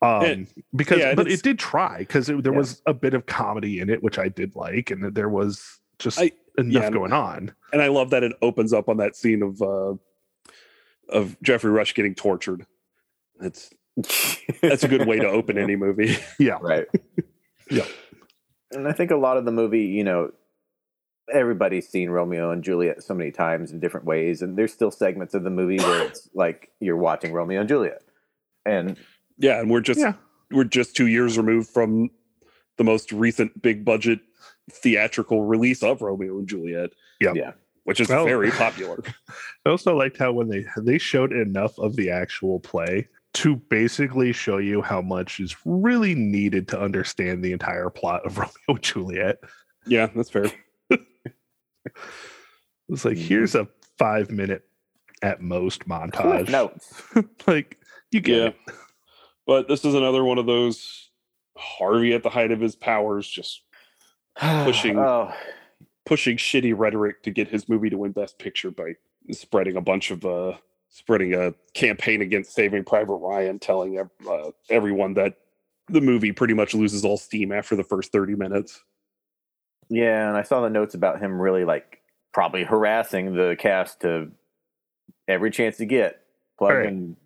Um,
And-
because
yeah, and
but
it's-
it did try because there
Yeah.
was a bit of comedy in it, which I did like, and that there was just
I-
enough
yeah,
going on.
and I love that it opens up on that scene of uh, of Jeffrey Rush getting tortured. That's that's a good way to open any movie.
Yeah,
right.
Yeah.
And I think a lot of the movie, you know, everybody's seen Romeo and Juliet so many times in different ways, and there's still segments of the movie where it's like you're watching Romeo and Juliet. And
yeah, and we're just
Yeah.
we're just two years removed from the most recent big budget theatrical release of Romeo and Juliet.
Yep.
Yeah.
which is
Well-
very popular.
I also liked how when they they showed enough of the actual play to basically show you how much is really needed to understand the entire plot of Romeo and Juliet.
yeah, that's fair.
It's like
Mm-hmm.
Mhm.
here's a five minute at most montage.
no,
like you get
Yeah.
it.
But this is another one of those Harvey at the height of his powers just Pushing-
Oh,
pushing shitty rhetoric to get his movie to win Best Picture by spreading a bunch of uh, spreading a campaign against Saving Private Ryan, telling ev- uh, everyone that the movie pretty much loses all steam after the first thirty minutes.
yeah. And I saw the notes about him really like probably harassing the cast to every chance to get. Plug
Right.
in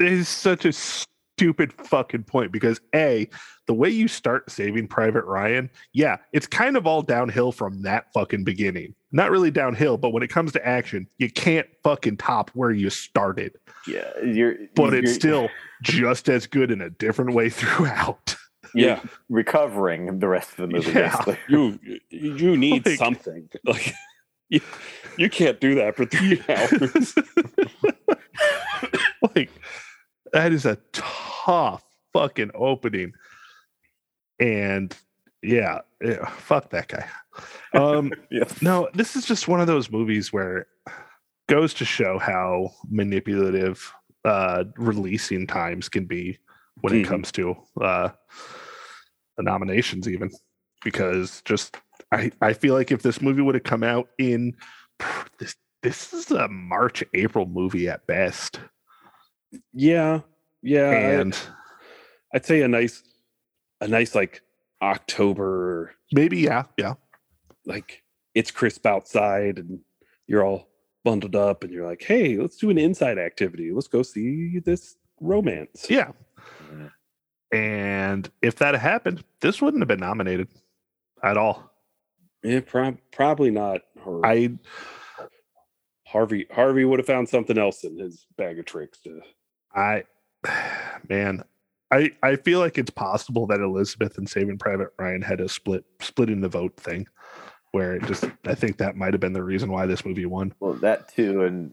It is such a stupid fucking point because a the way you start saving private ryan yeah it's kind of all downhill from that fucking beginning not really downhill but when it comes to action you can't fucking top where you started
Yeah, you're.
but it's
you're
still just as good in a different way throughout
Yeah,
recovering the rest of the movie.
Yeah.
basically.
you you need
Like-
something. Like you, you can't do that for three hours.
like that is a tough fucking opening and yeah, yeah fuck that guy um
Yeah.
No, this is just one of those movies where it goes to show how manipulative uh releasing times can be when
Mhm.
it comes to uh the nominations even because just I I feel like if this movie would have come out in this this is a March April movie at best
Yeah, yeah. Uh, I-
and
I'd say a nice, a nice like October.
maybe yeah yeah
Like it's crisp outside, and you're all bundled up, and you're like, "Hey, let's do an inside activity. Let's go see this romance."
yeah and if that had happened this wouldn't have been nominated at all
Yeah, prob- probably not. Or
I
Harvey Harvey would have found something else in his bag of tricks. To,
I man, I I feel like it's possible that Elizabeth and Saving Private Ryan had a split splitting the vote thing where it just I think that might have been the reason why this movie won.
Well, that too, and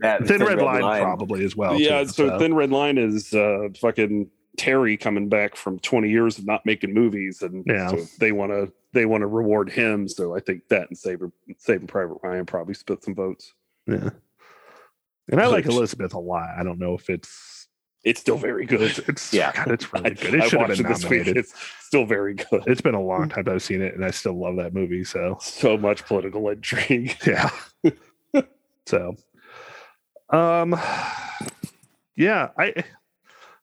that
Thin Red, Line, probably as well.
yeah,
too,
so, Thin Red Line is uh, fucking Terry coming back from 20 years of not making movies, and
Yeah.
so they want to they want to reward him. So I think that and Saving Saving Private Ryan probably split some votes.
yeah. And I like
Which-
Elizabeth a lot. I don't know if it's
It's still very
it's,
good.
it's
Yeah.
God, it's really good.
I
It should have
watched
been
it this week.
nominated.
It's still very good.
it's been a long time I've seen it, and I still love that movie. So
So much political intrigue.
Yeah. so, um, yeah, I.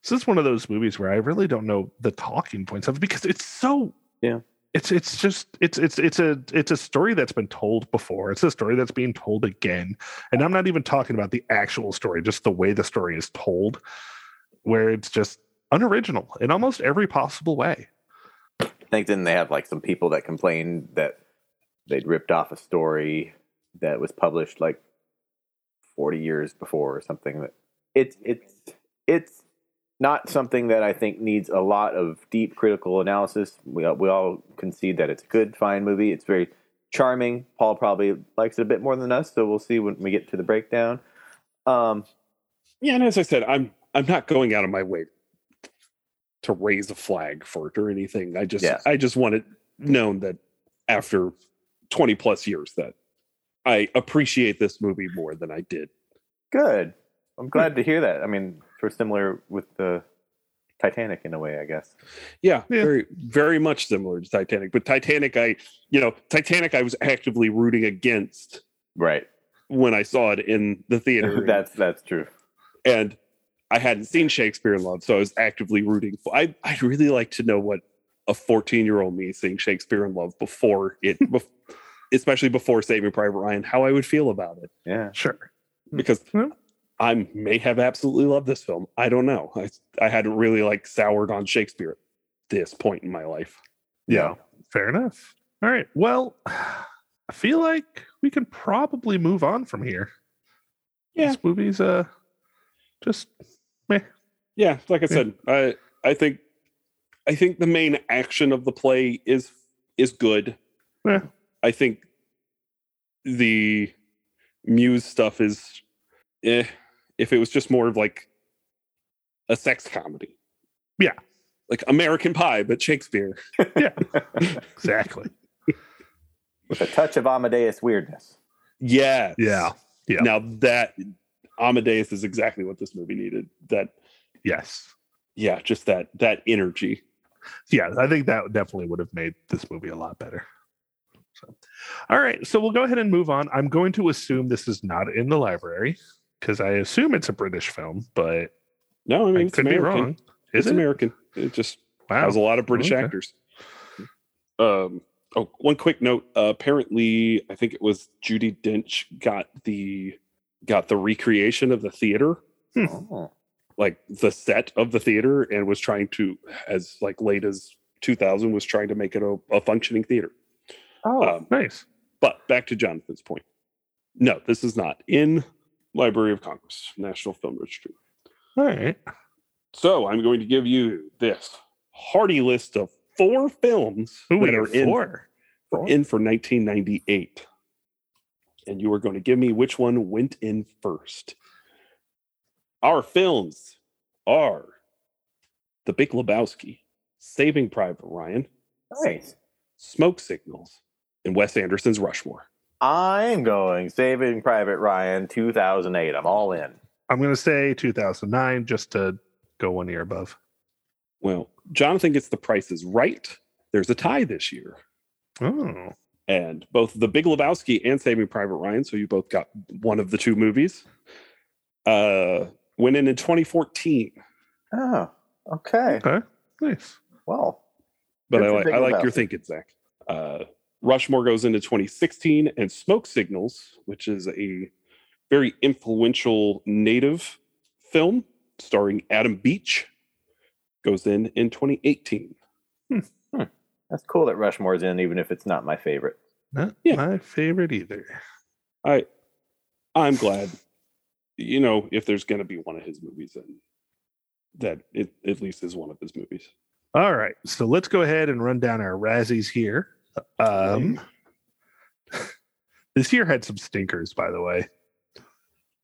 This is one of those movies where I really don't know the talking points of it because it's so.
Yeah.
It's it's just it's it's it's a it's a story that's been told before. It's a story that's being told again, and I'm not even talking about the actual story, just the way the story is told, where it's just unoriginal in almost every possible way.
I think then they have like some people that complained that they'd ripped off a story that was published like forty years before or something. That it's it's it's not something that I think needs a lot of deep critical analysis. We all- we all concede that it's a good, fine movie. It's very charming. Paul probably likes it a bit more than us, so we'll see when we get to the breakdown. Um,
Yeah, and as I said, I'm I'm not going out of my way to raise a flag for it or anything. I just
Yeah.
I just want it known that after 20 plus years that I appreciate this movie more than I did.
Good.
Hmm.
I'm glad to hear that. I mean, we're similar with the Titanic in a way, I guess.
Yeah,
Yeah.
very very much similar to Titanic, but Titanic I, you know, Titanic I was actively rooting against
Right.
when I saw it in the theater.
that's that's true.
and I hadn't seen Shakespeare in Love, so I was actively rooting for. I I'd really like to know what a fourteen year old me seeing Shakespeare in Love before it, bef- especially before Saving Private Ryan, how I would feel about it
Yeah.
Sure.
because
Hmm.
I may have absolutely loved this film. I don't know. I I hadn't really like soured on Shakespeare at this point in my life.
Yeah. Fair enough. All right. Well, I feel like we can probably move on from here.
Yeah.
This movie's uh just
Yeah, like I
Yeah.
said, I I think I think the main action of the play is is good.
eh,
I think the Muse stuff is eh, if it was just more of like a sex comedy.
Yeah.
Like American Pie, but Shakespeare.
exactly.
With a touch of Amadeus weirdness.
Yes.
Yeah. Yeah.
Now that Amadeus is exactly what this movie needed. That
yes.
yeah, just that that energy.
Yeah, I think that definitely would have made this movie a lot better. So all right. So we'll go ahead and move on. I'm going to assume this is not in the library, because I assume it's a British film, but
No, I
I,
mean it's
could be
American.
wrong. Is
It's
it?
American. It just
Wow.
has a lot of British
Oh, Okay.
actors. Um, oh, one quick note. Uh, apparently, I think it was Judy Dench got the got the recreation of the theater
Hmm.
Oh.
like the set of the theater and was trying to as like late as 2000 was trying to make it a, a functioning theater
Oh,
um,
Nice.
but back to jonathan's point no this is not in library of congress national film registry
All right.
so i'm going to give you this hearty list of four films
Who
that
we
are
are
in,
for? Four?
in for 1998 and you are going to give me which one went in first our films are the big lebowski saving private ryan
Oh, nice.
smoke signals and wes anderson's rushmore
I'm going Saving Private Ryan 2008. I'm all in.
I'm going to say 2009 just to go one year above.
well jonathan gets the prices right there's a tie this year
Oh.
and both the big lebowski and saving private ryan so you both got one of the two movies uh went in in 2014
Oh, okay.
Okay. Nice.
Well,
but
Good
I
for
like,
Big
I like your
Lebowski.
thinking, Zach. Uh, Rushmore goes into 2016, and Smoke Signals, which is a very influential native film starring Adam Beach, goes in in 2018.
that's cool that Rushmore's in, even if it's not my favorite.
Not
Yeah.
my favorite either.
I'm glad, you know, if there's going to be one of his movies, in, that it at least is one of his movies.
All right. So let's go ahead and run down our Razzies here. Um, this year had some stinkers, by the way.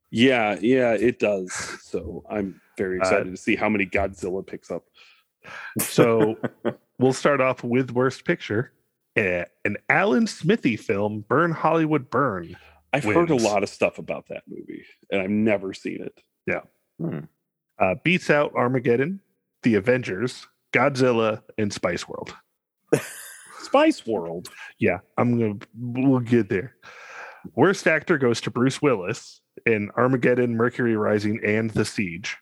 Yeah, yeah, it does. So I'm very excited to see how many Godzilla picks up.
So we'll start off with Worst Picture. Eh, an Alan Smithy film, Burn Hollywood Burn.
I've heard a
wins.
lot of stuff about that movie, and I've never seen it.
uh, beats out Armageddon, The Avengers, Godzilla, and Spice World.
Spice World.
Yeah, I'm gonna we'll get there. Worst actor goes to Bruce Willis in Armageddon, Mercury Rising, and The Siege.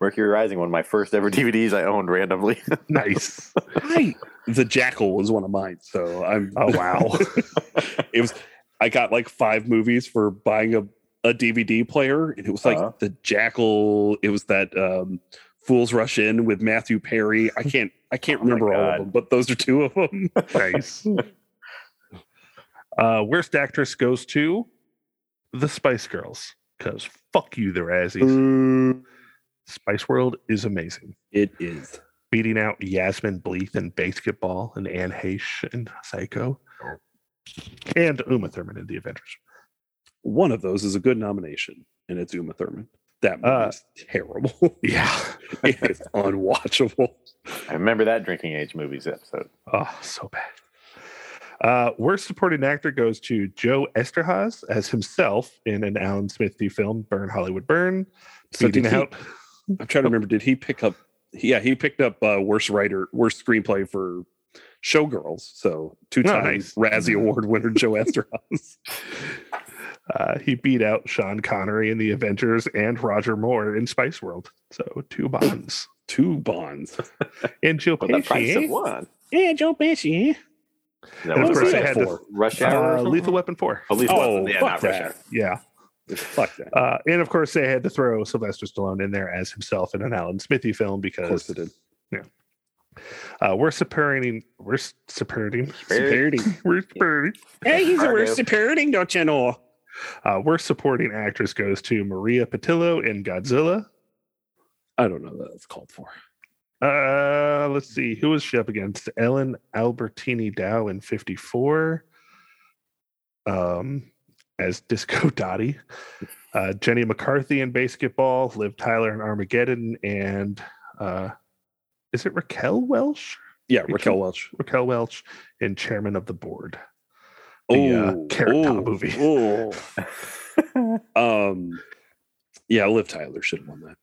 Mercury Rising, one of my first ever DVDs I owned randomly.
Nice.
I, the Jackal was one of mine, so I'm.
Oh wow.
it was. I got like five movies for buying a a DVD player, and it was like
Uh-huh.
the Jackal. It was that um, Fools Rush In with Matthew Perry. I can't. I can't
my
remember all of
God.
them, but those are two of them.
nice. Uh, worst actress goes to The Spice Girls because fuck you, the
Mm.
Razzies. Spice World is amazing.
It is.
Beating out Yasmin Bleeth in Basketball and Anne Heche in Psycho, and Uma Thurman in The Avengers.
One of those is a good nomination, and it's Uma Thurman. That movie
Uh,
is terrible.
Yeah.
it is unwatchable.
I remember that Drinking Age movies episode.
Oh, so bad. Uh, worst supporting actor goes to Joe Esterhaz as himself in an Alan Smithy film, Burn Hollywood Burn.
So did
Beating
he-
out,
I'm trying to remember. Did he pick up? Yeah, he picked up uh, worst writer, worst screenplay for Showgirls. So two time
nice.
Razzie Award winner Joe Esterhaz.
uh, he beat out Sean Connery in The Avengers and Roger Moore in Spice World. So two bonds.
two Bonds.
And Jill
But that price of
Pesci. eh?
one.
Yeah, Joe Pesci.
Is that what
That's
what
Rush
I
Hour-
had to-
Rush Hour? or
Uh,
something?
Lethal Weapon 4.
Oh, Lethal
Oh,
Weapon. Yeah,
fuck
not Rush
that.
Hour.
Yeah.
Fuck that.
Uh, and of course, they had to throw Sylvester Stallone in there as himself in an Alan Smithy film
Of
because
course it did.
uh, we're supporting, we're supporting,
Superiority.
we're supporting
hey, he's a
Argo.
worst superiority, don't you know?
Uh, worst supporting actress goes to Maria Patillo in Godzilla.
I don't know that it's called for.
Uh, let's see, who was she up against? Ellen Albertini Dow in 54 um, as Disco Dottie. Uh, Jenny McCarthy in basketball, Liv Tyler in Armageddon, and uh, is it Raquel Welch?
Yeah,
Thank
Raquel
you.
Welch.
Raquel Welch in chairman of the board. The, uh,
Oh,
Carrot Top movie.
Oh. um, yeah, Liv Tyler should have won that.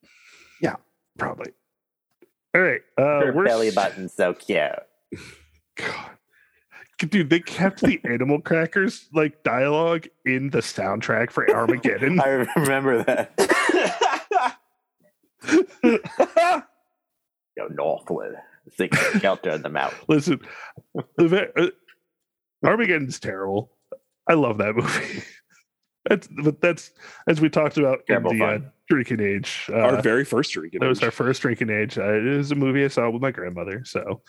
Probably. All right. Uh,
Her
worst-
belly button's so cute.
God. Dude, they kept the animal crackers like dialogue in the soundtrack for Armageddon.
I remember that. Go northward. Seek shelter in the mountain.
Listen, the ve- uh, Armageddon's terrible. I love that movie. That's but that's as we talked about in
Terrible
the uh,
fun.
drinking age. Uh,
Our very first drink.
that was our first drinking age. Uh, it was a movie I saw with my grandmother, so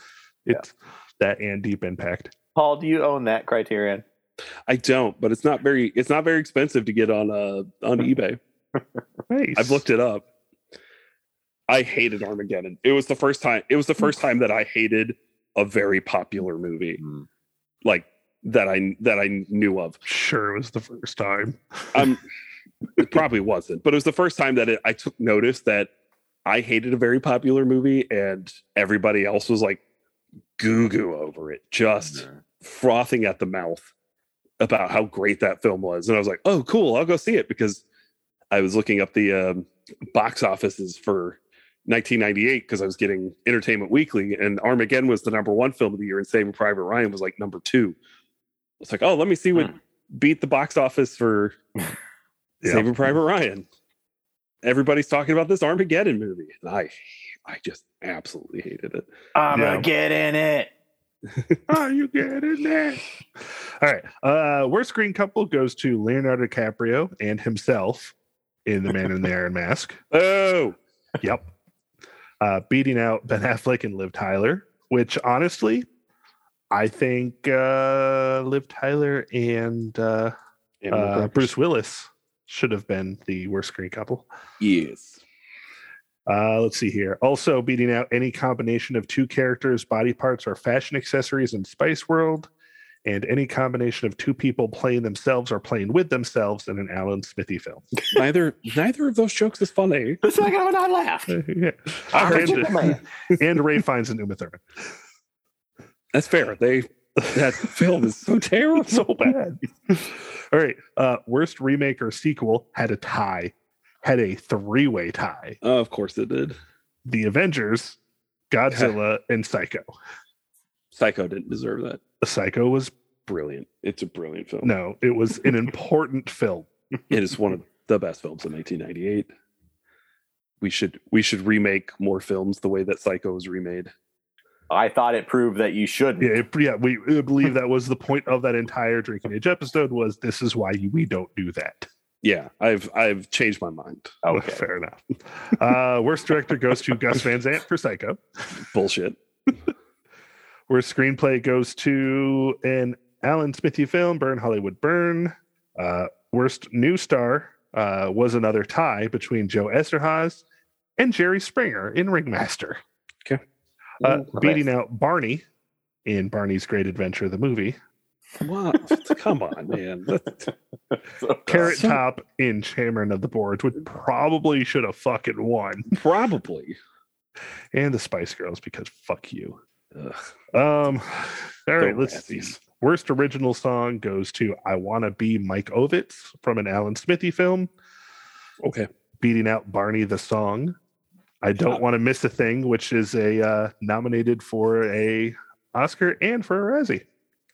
Yeah.
it's that and Deep Impact.
Paul, do you own that Criterion?
I don't, but it's not very it's not very expensive to get on uh on eBay.
Nice.
I've looked it up. I hated Armageddon. It was the first time. It was the first time that I hated a very popular movie like that. I that I knew of.
Sure, it was the first time.
Um, it probably wasn't, but it was the first time that it, I took notice that I hated a very popular movie, and everybody else was like goo goo over it, just
Mm-hmm.
frothing at the mouth about how great that film was. And I was like, oh, cool, I'll go see it because I was looking up the um, box offices for 1998 because I was getting Entertainment Weekly, and Armageddon was the number one film of the year, and Saving Private Ryan was like number two. It's like, oh, let me see what
Hmm.
beat the box office for
Yeah.
Saving Private Ryan. Everybody's talking about this Armageddon movie, and I, I just absolutely hated it.
I'm
Yeah.
gonna get in it.
Are Oh, you getting that? All right. Uh, worst green couple goes to Leonardo DiCaprio and himself in The Man in the Iron Mask.
Oh,
Yep. Uh, beating out Ben Affleck and Liv Tyler, which honestly, I think uh, Liv Tyler and uh, uh, Bruce Willis should have been the worst screen couple.
yes.
Uh, let's see here. Also, beating out any combination of two characters, body parts, or fashion accessories in Spice World, and any combination of two people playing themselves or playing with themselves in an Alan Smithy film.
neither neither of those jokes is funny.
This is like I would not laugh.
Yeah.
I'm a
and, uh,
gentleman.
and Ray finds an Uma Thurman.
That's fair. They that film is so terrible.
so bad. All right. Uh, worst remake or sequel had a tie, had a three way tie.
Uh, of course it did.
The Avengers, Godzilla, and Psycho.
Psycho didn't deserve that.
Psycho was
Brilliant. It's a brilliant film.
no, it was an important film.
It is one of the best films of 1998. We should we should remake more films the way that Psycho was remade.
I thought it proved that you shouldn't.
Yeah, it- yeah, we we believe that was the point of that entire drinking age episode was this is why we don't do that.
Yeah, I've I've changed my mind.
Okay.
Fair enough. Uh, worst director goes to Gus Van Sant for Psycho.
Bullshit.
Worst screenplay goes to an Alan Smithy film, Burn Hollywood Burn. Uh, worst new star uh, was another tie between Joe Esterhaz and Jerry Springer in Ringmaster, uh, beating out Barney in Barney's Great Adventure, the movie,
What? Come on, man. That's-
Carrot
So-
Top in Chamberlain of the Boards, which probably should have fucking won,
probably.
and the Spice Girls because fuck you.
Ugh.
Um, all right,
Don't
let's
laugh.
see. Worst original song goes to I Wanna Be Mike Ovitz from an Alan Smithy film,
Okay.
beating out Barney the Song. I Don't Want to Miss a Thing, which is a uh, nominated for a Oscar and for a Razzie.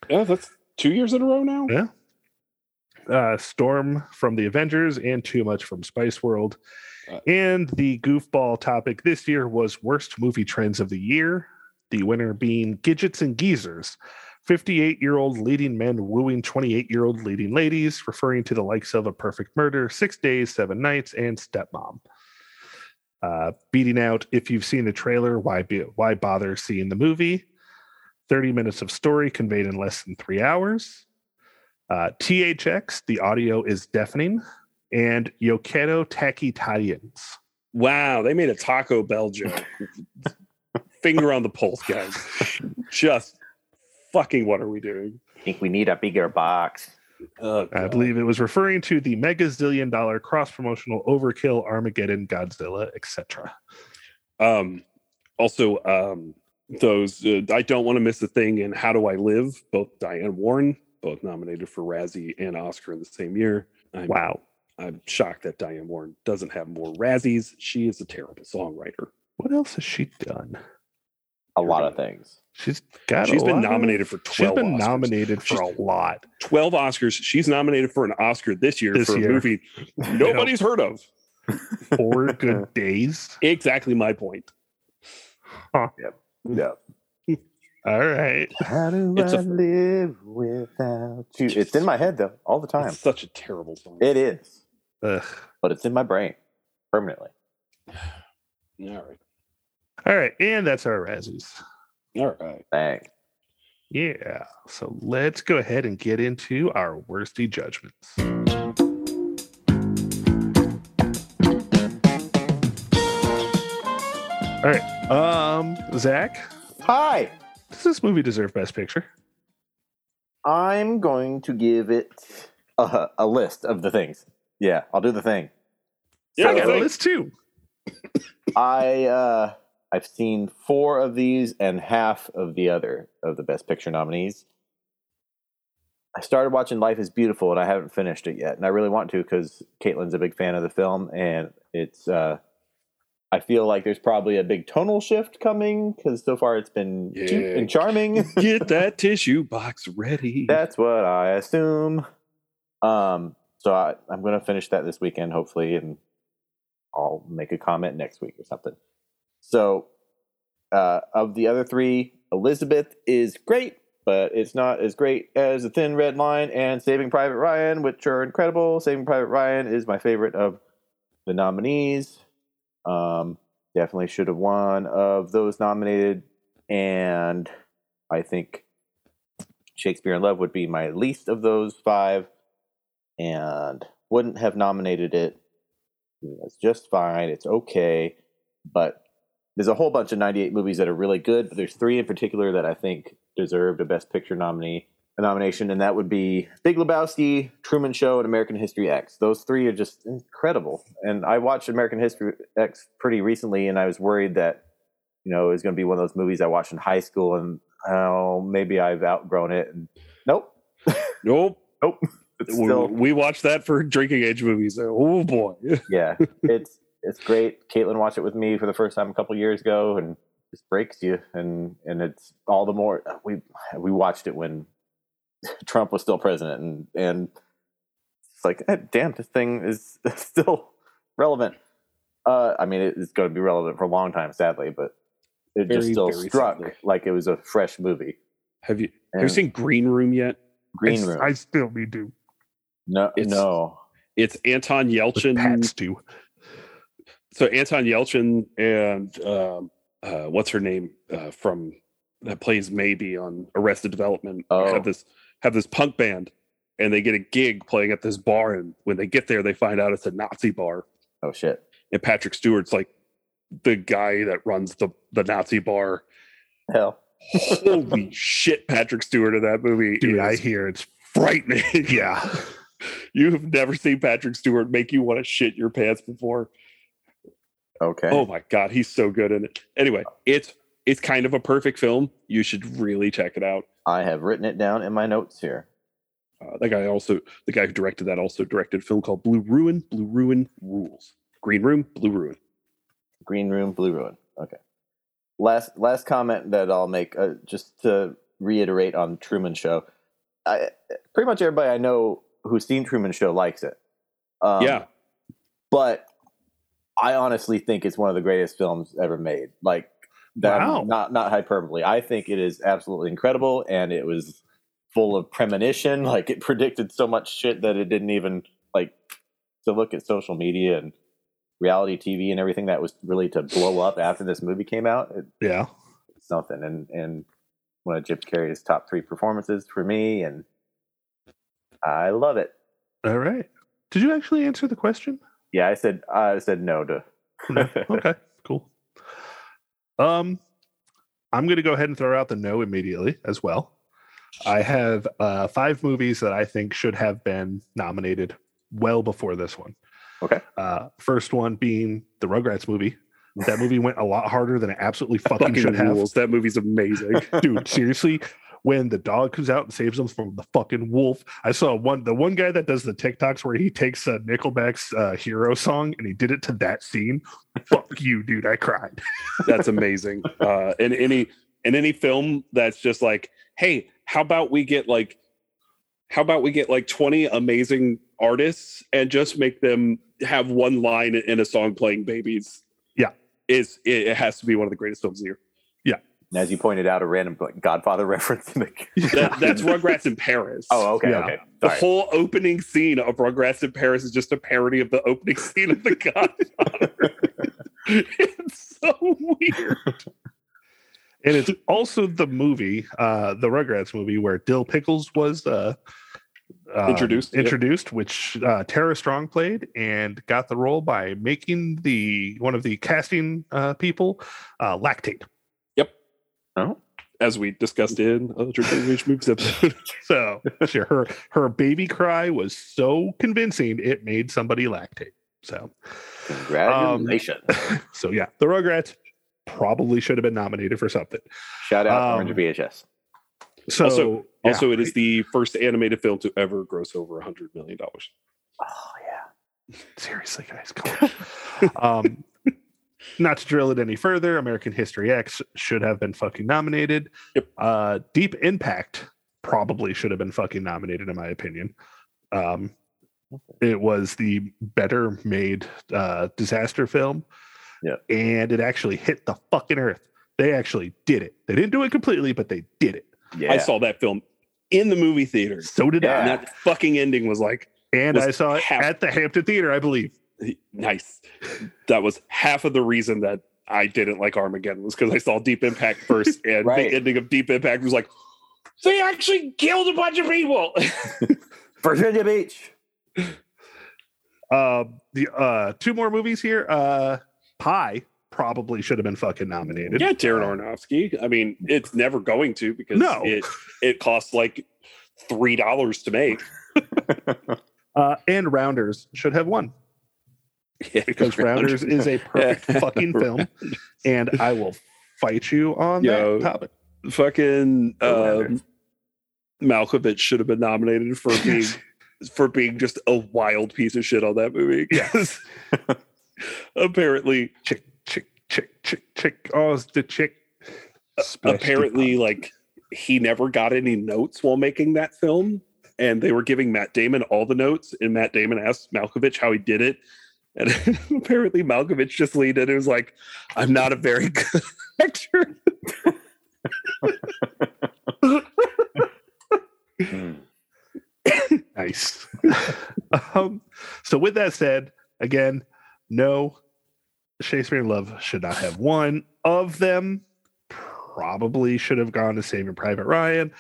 Yeah, that's two years in a row now.
Yeah. Uh, Storm from the Avengers and Too Much from Spice World.
Uh,
and the goofball topic this year was worst movie trends of the year. The winner being Gidgets and Geezers. 58 year old leading men wooing 28 year old leading ladies, referring to the likes of A Perfect Murder, Six Days, Seven Nights, and Stepmom. Uh, beating out, if you've seen the trailer, why, be, why bother seeing the movie? 30 minutes of story conveyed in less than three hours. Uh, THX, the audio is deafening, and Yokedo Tachytalians.
Wow, they made a Taco Bell joke. Finger on the pulse, guys. Just fucking what are we doing?
I think we need a bigger box.
Oh,
I
God.
believe it was referring to the mega zillion dollar cross promotional overkill Armageddon, Godzilla, etc.
Um, also, um, those uh, I don't want to miss a thing. And how do I live? Both Diane Warren, both nominated for Razzie and Oscar in the same year. I'm,
Wow.
I'm shocked that Diane Warren doesn't have more Razzies. She is a terrible songwriter.
What else has she done?
A lot of things.
She's got.
She's
a
been
lot of-
nominated for
She's
twelve.
been
Oscars.
nominated for a lot.
12 Oscars. She's nominated for an Oscar this year
This
for
year.
a movie nobody's heard of.
Four good days.
Exactly my point.
Yeah.
All right.
How do
It's
I
a-
live without you? It's in my head though, all the time.
It's such a terrible song.
It is,
Ugh.
but it's in my brain permanently.
All right.
All right. And that's our Razzies.
All right.
Thanks.
Yeah. So let's go ahead and get into our worsty judgments. All right. Um, Zach,
Hi,
does this movie deserve Best Picture?
I'm going to give it a, a list of the things. Yeah, I'll do the thing.
Yeah,
I got a
thanks.
list too.
I uh, I've seen four of these and half of the other of the Best Picture nominees. I started watching Life Is Beautiful and I haven't finished it yet, and I really want to because Caitlin's a big fan of the film, and it's. Uh, I feel like there's probably a big tonal shift coming because so far it's been cute
Yeah.
and charming.
Get that tissue box ready.
That's what I assume. Um, so I, I'm going to finish that this weekend, hopefully, and I'll make a comment next week or something. So, uh, of the other three, Elizabeth is great, but it's not as great as The Thin Red Line and Saving Private Ryan, which are incredible. Saving Private Ryan is my favorite of the nominees. Um, definitely should have won of those nominated, and I think Shakespeare in Love would be my least of those five, and wouldn't have nominated it. It's just fine. It's okay, but there's a whole bunch of 98 movies that are really good, but there's three in particular that I think deserved a Best Picture nominee a nomination, and that would be Big Lebowski, Truman Show, and American History X. Those three are just incredible. And I watched American History X pretty recently, and I was worried that you know it was going to be one of those movies I watched in high school, and oh, maybe I've outgrown it. And nope,
Nope.
it's
We-
still
we watched that for drinking age movies. Oh boy.
yeah, it's it's great. Caitlin watched it with me for the first time a couple years ago, and it breaks you. And and it's all the more we we watched it when Trump was still president, and and it's like eh, damn, this thing is still relevant. Uh, I mean, it's going to be relevant for a long time, sadly, but it just
Very,
still
very
struck
sadly.
like it was a fresh movie.
Have you have you
And
seen Green Room yet?
Green
It's-
Room?
I still need to.
no,
it's-
no.
It's Anton Yelchin.
Pat's do.
So Anton Yelchin and um, uh, what's her name uh, from that plays maybe on Arrested Development
Oh.
have this have this punk band, and they get a gig playing at this bar, and when they get there, they find out it's a Nazi bar,
Oh shit!
and Patrick Stewart's like the guy that runs the the Nazi bar.
Hell,
Holy shit, Patrick Stewart in that movie
Dude, I
is
hear it's
frightening.
yeah.
you have never seen Patrick Stewart make you want to shit your pants before.
okay.
Oh my god, he's so good in it. Anyway, it's it's kind of a perfect film. You should really check it out.
I have written it down in my notes here.
Uh, that guy also, the guy who directed that, also directed a film called Blue Ruin. Blue Ruin rules. Green Room, Blue Ruin.
Green Room, Blue Ruin. Okay. Last last comment that I'll make, uh, just to reiterate on Truman Show. I, pretty much everybody I know who's seen Truman Show likes it. Um,
yeah,
but I honestly think it's one of the greatest films ever made. Like that,
Wow.
not not hyperbole. I think it is absolutely incredible, and it was full of premonition. Like it predicted so much shit that it didn't even like to look at social media and reality TV and everything that was really to blow up after this movie came out. It,
Yeah.
it's something, and and one of Jim Carrey's top three performances for me, and I love it.
All right. Did you actually answer the question?
Yeah, I said I said no to.
No? Okay, cool. Um, I'm going to go ahead and throw out the no immediately as well. I have uh, five movies that I think should have been nominated well before this one.
Okay.
Uh, first one being the Rugrats movie. That movie went a lot harder than it absolutely fucking,
fucking
should have.
rules. That movie's amazing.
Dude, seriously, when the dog comes out and saves them from the fucking wolf, I saw one the one guy that does the TikToks where he takes uh, Nickelback's uh, hero song and he did it to that scene. Fuck you, dude! I cried.
that's amazing. Uh, and any and any film that's just like, hey, how about we get like, how about we get like twenty amazing artists and just make them have one line in a song playing babies.
Yeah.
is it, it has to be one of the greatest films of the year.
And as you pointed out, a random like, Godfather reference. in the-
That, that's Rugrats in Paris.
oh, okay,
Yeah. um,
okay.
The
Sorry.
whole opening scene of Rugrats in Paris is just a parody of the opening scene of The Godfather. it's so weird.
and it's also the movie, uh, the Rugrats movie, where Dill Pickles was uh, um,
Introduced, yep.
introduced, which uh, Tara Strong played and got the role by making the one of the casting uh, people uh, lactate.
As we discussed in other Dragon Age movies episode.
So she, her her baby cry was so convincing it made somebody lactate. So
Congratulations!
so yeah, the Rugrats probably should have been nominated for something.
Shout out
um,
Orange VHS.
So
Also-
yeah.
Also, it is the first animated film to ever gross over $100 million.
Oh yeah.
seriously, guys, come on. um, not to drill it any further, American History X should have been fucking nominated.
Yep.
Uh, Deep Impact probably should have been fucking nominated, in my opinion. Um, it was the better made uh, disaster film.
Yeah.
And it actually hit the fucking earth. They actually did it. They didn't do it completely, but they did it.
Yeah.
I saw that film in the movie theater.
So did
Yeah.
And that fucking ending was like,
I. And
Was
I saw it
half-
at the Hampton Theater, I believe.
nice. That was half of the reason that I didn't like Armageddon was because I saw Deep Impact first, and
Right.
the ending of Deep Impact was like, they actually killed a bunch of people.
Virginia Beach.
Uh, the uh, two more movies here. Uh, Pie probably should have been fucking nominated.
yeah, Darren Aronofsky. I mean, it's never going to because
No.
it it costs like three dollars to make.
Uh, and Rounders should have won because Rounders is a perfect
Yeah.
fucking film, and I will fight you on
Yo.
that topic.
fucking uh,
Rounders.
Malkovich should have been nominated for being for being just a wild piece of shit on that movie. Yes. apparently,
Chick, chick, chick, chick, chick. Oh, it's the chick. Smashed
apparently,
it
like he never got any notes while making that film, and they were giving Matt Damon all the notes, and Matt Damon asked Malkovich how he did it. And apparently Malkovich just leaned in and was like, I'm not a very good actor.
Mm.
up. nice. um, so with that said, again, no, Shakespeare in Love should not have won. Of them, probably should have gone to Saving Private Ryan.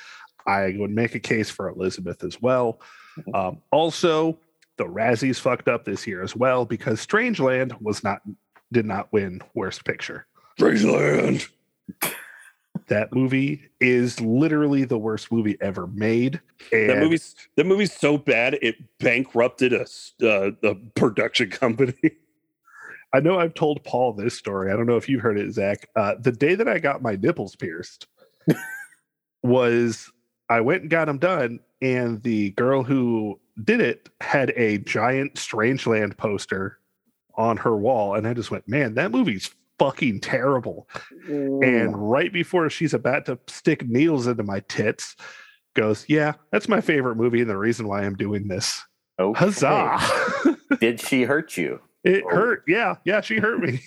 I would make a case for Elizabeth as well. Um, also, the Razzies fucked up this year as well because Strangeland was not did not win Worst Picture.
Graceland.
That movie is literally the worst movie ever made. And
That movie's that movie's so bad it bankrupted a s- uh, a production company.
I know I've told Paul this story. I don't know if you heard it, Zach. Uh, the day that I got my nipples pierced was I went and got them done, and the girl who did it had a giant Strangeland poster on her wall, and I just went, "Man, that movie's fucking terrible." And right before she's about to stick needles into my tits, goes, "Yeah, that's my favorite movie, and the reason why I'm doing this."
Okay.
Huzzah!
Did she hurt you?
It
Oh.
hurt. Yeah. Yeah. She hurt me.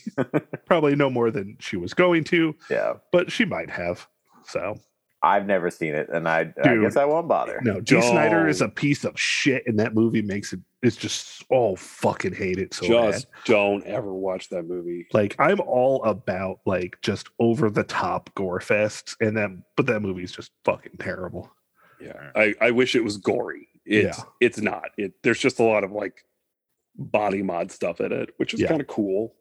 Probably no more than she was going to,
Yeah.
but she might have. So,
I've never seen it, and I, I
Dude.
guess I won't bother.
no, Dee Snyder is a
Don't.
piece of shit, and that movie makes it, it's just, oh, fucking hate it so
Just
bad.
don't ever watch that movie.
Like, I'm all about, like, just over the top gore fests, and then, but that movie's just fucking terrible.
Yeah, I, I wish it was gory. It's
Yeah.
it's not. It there's just a lot of like body mod stuff in it, which is
Yeah.
kind of cool.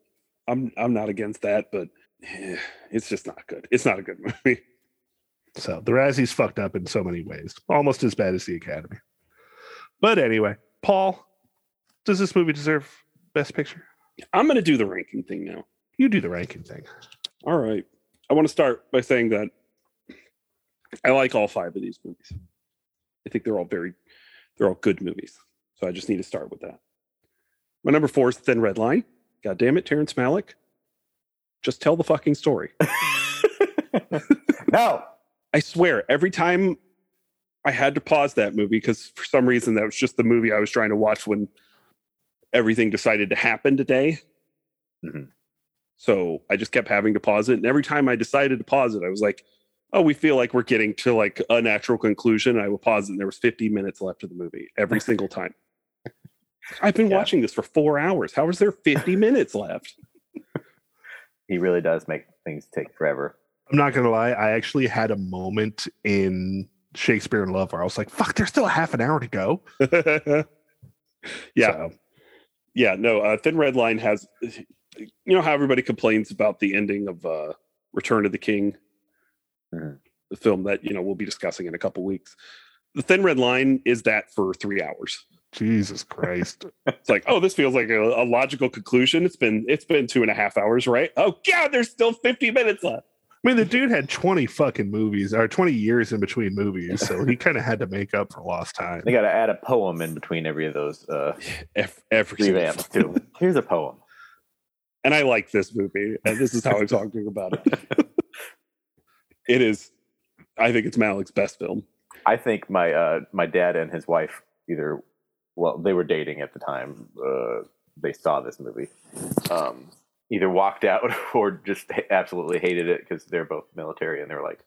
I'm I'm not against that, but eh, it's just not good. It's not a good movie.
So, the Razzies fucked up in so many ways, almost as bad as the Academy. But anyway, Paul, does this movie deserve Best Picture?
I'm gonna do the ranking thing now.
You do the ranking thing.
All right. I want to start by saying that I like all five of these movies. I think they're all very, they're all good movies. So I just need to start with that. My number four is Thin Red Line. God damn it, Terrence Malick. Just tell the fucking story.
No.
I swear, every time I had to pause that movie because for some reason that was just the movie I was trying to watch when everything decided to happen today.
Mhm.
So I just kept having to pause it. And every time I decided to pause it, I was like, oh, we feel like we're getting to like a natural conclusion. I would pause it and there was 50 minutes left of the movie every single time. I've been
Yeah.
watching this for four hours. How is there 50 minutes left?
He really does make things take forever.
I'm not gonna lie, I actually had a moment in Shakespeare in Love where I was like, fuck, there's still half an hour to go.
yeah.
So,
yeah no uh, thin red line has you know how everybody complains about the ending of uh return of the king
Mhm.
the film that you know we'll be discussing in a couple weeks the thin red line is that for three hours
Jesus Christ.
it's like oh this feels like a, a logical conclusion it's been it's been two and a half hours right oh god there's still 50 minutes left
I mean, the dude had 20 fucking movies or 20 years in between movies, so he kind of had to make up for lost time.
They got to add a poem in between every of those uh,
Ev- every single
revamps too. Here's a poem.
and I like this movie, and this is how I'm talking about it. it is, I think it's Malik's best film.
I think my uh, my dad and his wife either well they were dating at the time uh, they saw this movie um, either walked out or just ha- absolutely hated it because they're both military and they were like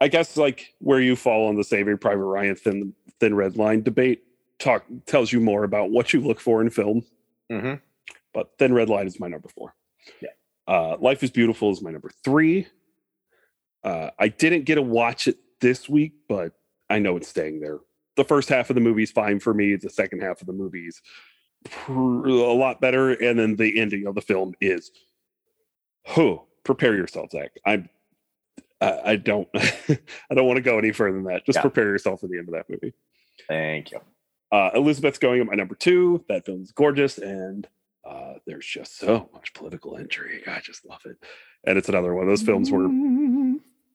I guess like where you fall on the Saving Private Ryan thin thin red line debate talk tells you more about what you look for in film.
mm-hmm.
But Thin Red Line is my number four.
Yeah.
Uh, Life is Beautiful is my number three. Uh, I didn't get to watch it this week, but I know it's staying there. The first half of the movie is fine for me. The second half of the movie is pr- a lot better, and then the ending of the film is. Who prepare yourself, Zach? I'm. I, I don't. I don't want to go any further than that. Just
Yeah.
prepare yourself for the end of that movie.
thank you
Uh, Elizabeth's going at my number two. That film's gorgeous, and uh, there's just so much political intrigue. I just love it, and it's another one of those films where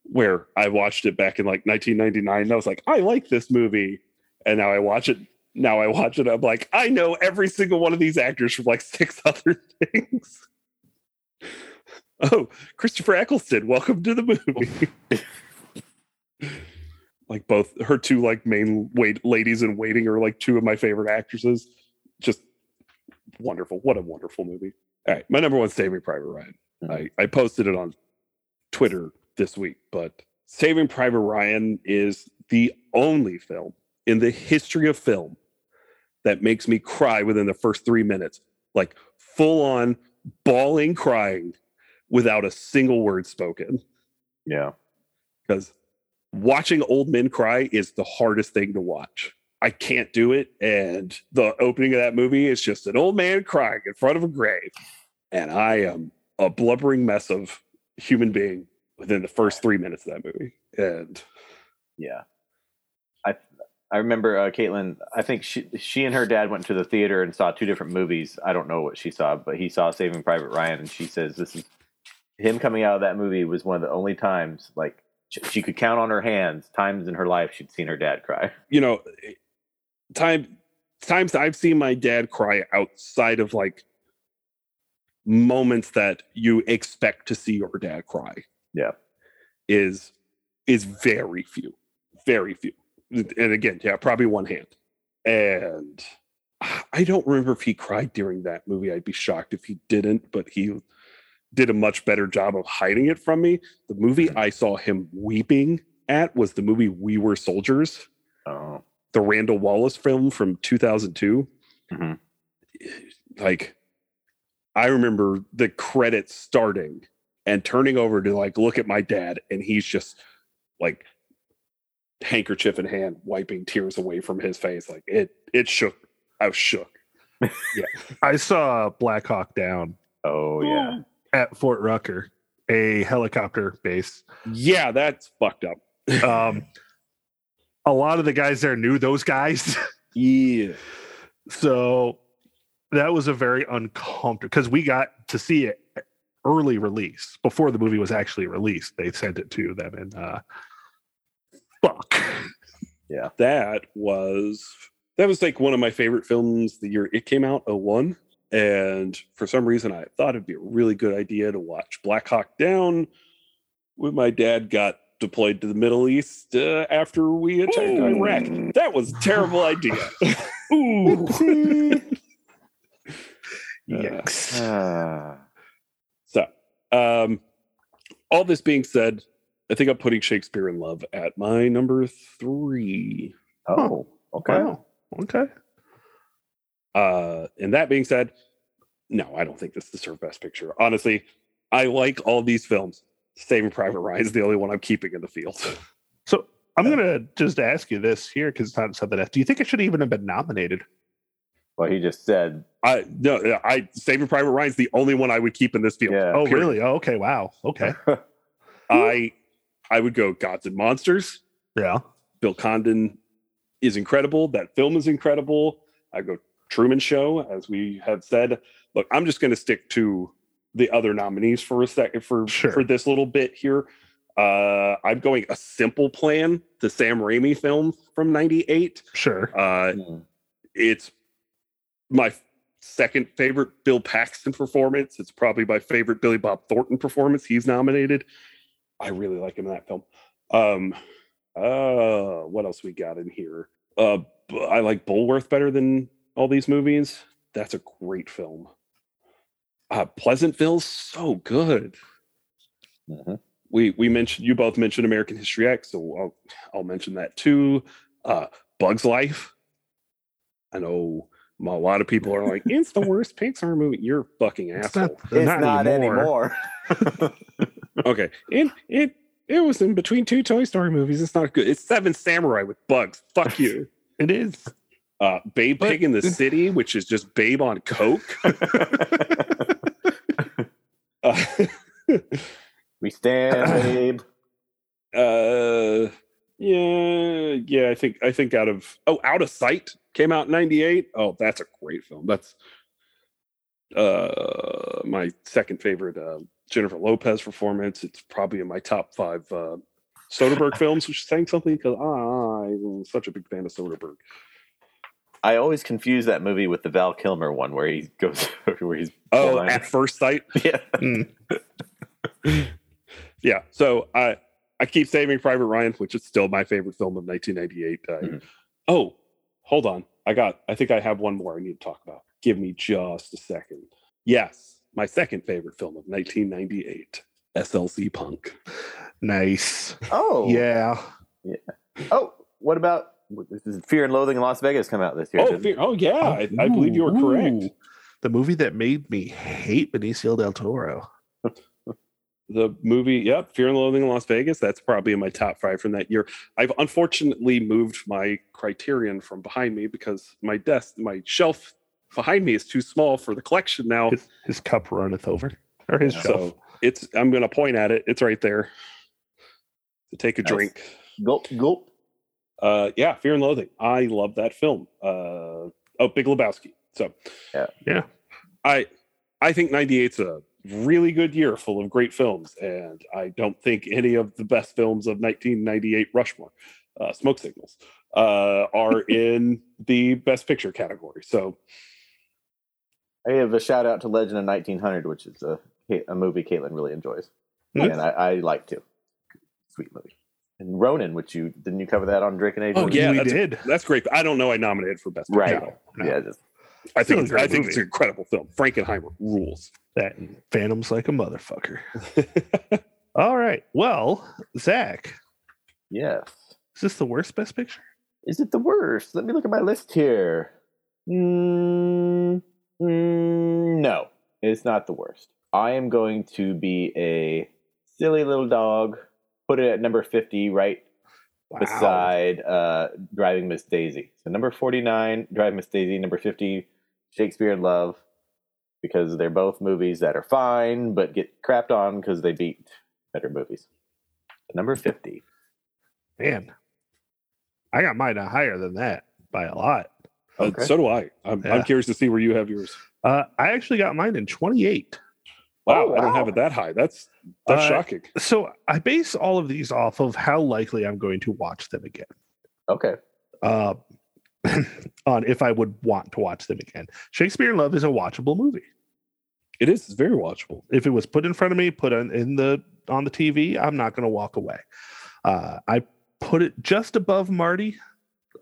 where I watched it back in like 1999, and I was like, I like this movie, and now I watch it. Now I watch it. I'm like, I know every single one of these actors from like six other things. Oh, Christopher Eccleston, welcome to the movie. like both her two like main wait ladies in waiting are like two of my favorite actresses. Just wonderful. What a wonderful movie. All right. My number one's Saving Private Ryan. I, I posted it on Twitter this week, but Saving Private Ryan is the only film in the history of film that makes me cry within the first three minutes. Like full on bawling crying without a single word spoken
yeah
because watching old men cry is the hardest thing to watch. I can't do it. And the opening of that movie is just an old man crying in front of a grave. And I am a blubbering mess of human being within the first three minutes of that movie. And
yeah I I remember uh, Caitlin I think she she and her dad went to the theater and saw two different movies I don't know what she saw but he saw Saving Private Ryan and she says this is him coming out of that movie was one of the only times like sh- she could count on her hands times in her life she'd seen her dad cry
you know, time times I've seen my dad cry outside of like moments that you expect to see your dad cry.
Yeah.
Is is very few. Very few. And again, yeah, probably one hand. And I don't remember if he cried during that movie. I'd be shocked if he didn't, but he did a much better job of hiding it from me. The movie I saw him weeping at was the movie We Were Soldiers
oh
the Randall Wallace film from 2002.
Mhm.
Like, I remember the credits starting and turning over to like look at my dad, and he's just like handkerchief in hand, wiping tears away from his face. Like it, it shook. I was shook.
I saw Black Hawk Down
oh yeah
at Fort Rucker, a helicopter base.
Yeah, that's fucked up.
Um, a lot of the guys there knew those guys.
Yeah.
So that was a very uncomfortable because we got to see it early release before the movie was actually released. They sent it to them and uh fuck.
that was that was like one of my favorite films the year it came out 01 and for some reason i thought it'd be a really good idea to watch black hawk down when my dad got deployed to the middle east uh, after we attacked
Ooh.
iraq that was a terrible idea
Ooh.
Yeah.
Uh, Hmm. Yikes.
Ah.
Um, all this being said, I think I'm putting Shakespeare in Love at my number three.
Oh, okay.
Wow. Okay.
Uh, and that being said, no, I don't think this deserves Best Picture. Honestly, I like all these films. Saving Private Ryan's the only one I'm keeping in the field.
So I'm gonna just ask you this here because it's not something. else. Do you think it should even have been nominated?
Well, he just said,
I no, I Saving Private Ryan's the only one I would keep in this field.
yeah.
Oh,
Period.
really? Oh, okay. Wow. Okay.
I I would go Gods and Monsters.
Yeah.
Bill Condon is incredible. That film is incredible. I go Truman Show, as we have said. Look, I'm just going to stick to the other nominees for a second for
Sure.
for this little bit here. Uh, I'm going a simple plan, the Sam Raimi film from '98.
Sure.
Uh,
Hmm.
it's my second favorite Bill Paxton performance. It's probably my favorite Billy Bob Thornton performance. He's nominated. I really like him in that film. Um, uh, what else we got in here? Uh, b- I like Bullworth better than all these movies. That's a great film. Uh, Pleasantville's so good.
Mhm.
We we mentioned you both mentioned American History X, so I'll I'll mention that too. Uh, Bugs Life. I know a lot of people are like, it's the worst Pixar movie. You're fucking asshole.
it's not, anymore.
okay, it it it was in between two Toy Story movies. It's not good. It's Seven Samurai with bugs. Fuck you.
It is.
Uh, Babe
But-
Pig in the City, which is just Babe on coke. Uh,
we stand, babe.
uh, yeah, yeah. I think I think out of oh, Out of Sight came out in '98. Oh, that's a great film. That's uh my second favorite uh, Jennifer Lopez performance. It's probably in my top five uh, Soderbergh films, which is saying something because I'm such a big fan of Soderbergh.
I always confuse that movie with the Val Kilmer one where he goes, where he's
Oh,
blind.
at first sight.
yeah.
yeah so i i keep saving private ryan which is still my favorite film of 1998 uh,
Mm-hmm.
Mhm.
oh hold on i got i think i have one more i need to talk about give me just a second yes my second favorite film of 1998 slc punk
Nice.
Oh,
Yeah.
Oh, what about Fear and Loathing in Las Vegas come out this year?
oh
didn't it?
fear, oh yeah I, I believe you were
Ooh,
correct
ooh. The movie that made me hate Benicio del Toro.
the movie yep fear and loathing in las vegas that's probably in my top five from that year i've unfortunately moved my criterion from behind me because my desk my shelf behind me is too small for the collection now
His, his cup runneth over, or his
Yeah.
shelf.
So it's I'm gonna point at it. It's right there. To take a
Nice.
drink.
Gulp, gulp.
Uh yeah, Fear and Loathing. I love that film. Uh oh, Big Lebowski. So
Yeah.
Yeah.
I I think 98's a really good year full of great films, and I don't think any of the best films of 1998 Rushmore, uh, Smoke Signals, uh, are in the best picture category. So
I give a shout out to Legend of 1900, which is a, a movie Caitlin really enjoys,
Nice.
and I, I like too. Sweet movie. And Ronin, which you didn't you cover that on Drinking Age?
Oh, yeah,
we
that's-
did.
that's great. I don't know I nominated for best
right.
picture.
No, no.
Yeah, just,
I think
Still a
it's,
great
I think it's
movie.
an incredible film. Frankenheimer rules.
That and Phantom's like a motherfucker. All right. Well, Zach,
yes.
is this the worst Best Picture?
Is it the worst? Let me look at my list here. Mm, mm, no, it's not the worst. I am going to be a silly little dog. Put it at number 50, right
Wow.
beside uh, Driving Miss Daisy. So number 49, Driving Miss Daisy, number 50, Shakespeare in Love, because they're both movies that are fine, but get crapped on because they beat better movies. Number 50.
Man, I got mine uh, higher than that by a lot.
Uh,
Okay.
so do I. I'm,
Yeah.
I'm curious to see where you have yours.
Uh, I actually got mine in 28.
Wow,
Oh,
I don't have
wow.
it that high. That's that's
Uh,
shocking.
So I base all of these off of how likely I'm going to watch them again.
Okay.
Uh, on if I would want to watch them again. Shakespeare in Love is a watchable movie.
It is it's very watchable.
if it was put in front of me, put on in the on the TV, I'm not going to walk away. Uh, I put it just above Marty,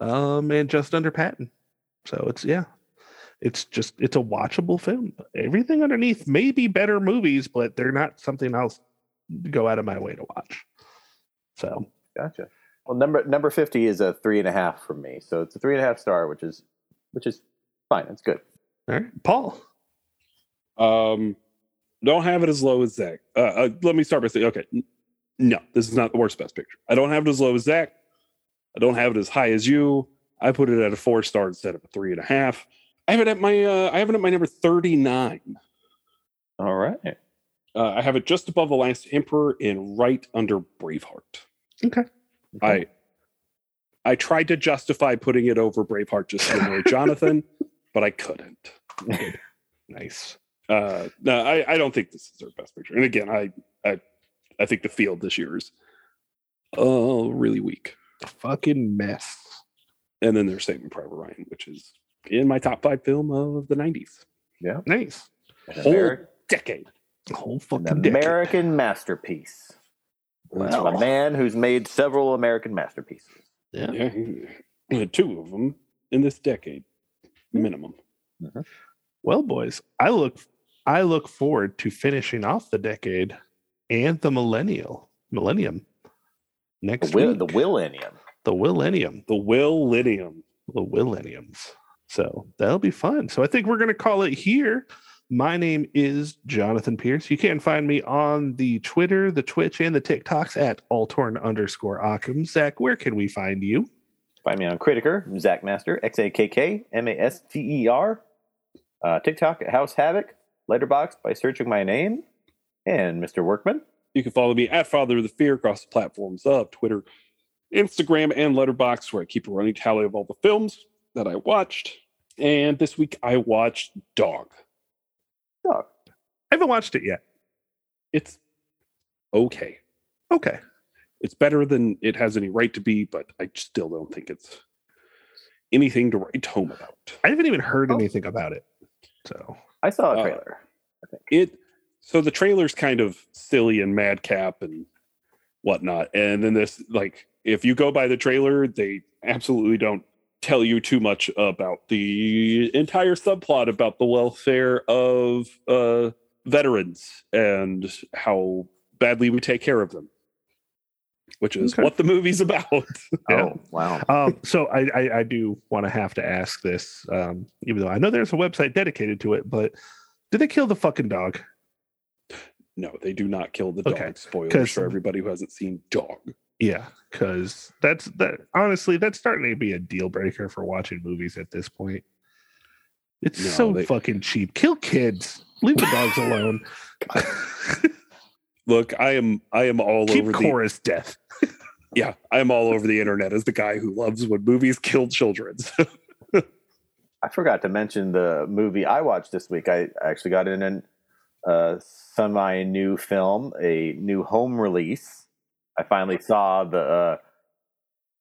um, and just under Patton. So it's yeah, It's just it's a watchable film. Everything underneath may be better movies, but they're not something else to go out of my way to watch. So
Gotcha. Well, number number fifty is a three and a half from me, so it's a three and a half star, which is which is fine. It's good.
all right. Paul.
Um, don't have it as low as Zach. Uh, uh, let me start by saying, okay, n- no, this is not the worst best picture. I don't have it as low as Zach. I don't have it as high as you. I put it at a four star instead of a three and a half. I have it at my uh, I have it at my number thirty nine.
All right.
Uh, I have it just above the Last Emperor and right under Braveheart.
Okay.
I I tried to justify putting it over Braveheart just to annoy Jonathan, but I couldn't.
Nice.
Uh, no, I, I don't think this is their best picture. And again, I I I think the field this year is oh really weak.
Fucking mess.
And then there's Saving Private Ryan, which is in my top five film of the '90s,
Nice.
An,
Whole
Ameri-
decade.
Whole
an
fucking decade.
American masterpiece. That's
Wow.
a man who's made several American masterpieces.
Yeah.
Yeah, he- two of them in this decade, minimum.
Well, boys, I look I look forward to finishing off the decade and the millennial millennium
The
next
will,
week.
the Willennium.
the millennium,
The Will Lydium.
the millenniums. So that'll be fun. So I think we're gonna call it here. My name is Jonathan Pierce. You can find me on the Twitter, the Twitch, and the TikToks at Altorn underscore Occam. Zach, where can we find you?
Find me on Critiker, Zach Master, X A K K M A S T E R, uh, TikTok at House Havoc, Letterbox by searching my name, and Mr. Workman.
You can follow me at Father of the Fear across the platforms of Twitter, Instagram, and Letterbox, where I keep a running tally of all the films that I watched. And this week I watched Dog.
Dog.
I haven't watched it yet.
It's okay.
Okay.
It's better than it has any right to be, but I still don't think it's anything to write home about.
I haven't even heard
Oh.
anything about it. So
I saw a
Uh,
trailer.
It so the trailer's kind of silly and madcap and whatnot. And then this like if you go by the trailer, they absolutely don't tell you too much about the entire subplot about the welfare of uh veterans and how badly we take care of them. Which is
Okay.
what the movie's about.
yeah.
Oh, wow.
um, so I, I, I do want to have to ask this, um, even though I know there's a website dedicated to it, but did they kill the fucking dog?
no, they do not kill the dog.
Okay.
Spoilers
'Cause-
for everybody who hasn't seen Dog.
Yeah, because that's that. Honestly, that's starting to be a deal breaker for watching movies at this point. It's
No,
so
they-
fucking cheap. Kill kids. Leave the dogs alone.
Look, I am I am all
Keep
over the
chorus death.
yeah, I'm all over the internet as the guy who loves when movies kill children. So,
I forgot to mention the movie I watched this week. I actually got in an uh, semi new film, a new home release. I finally saw the uh,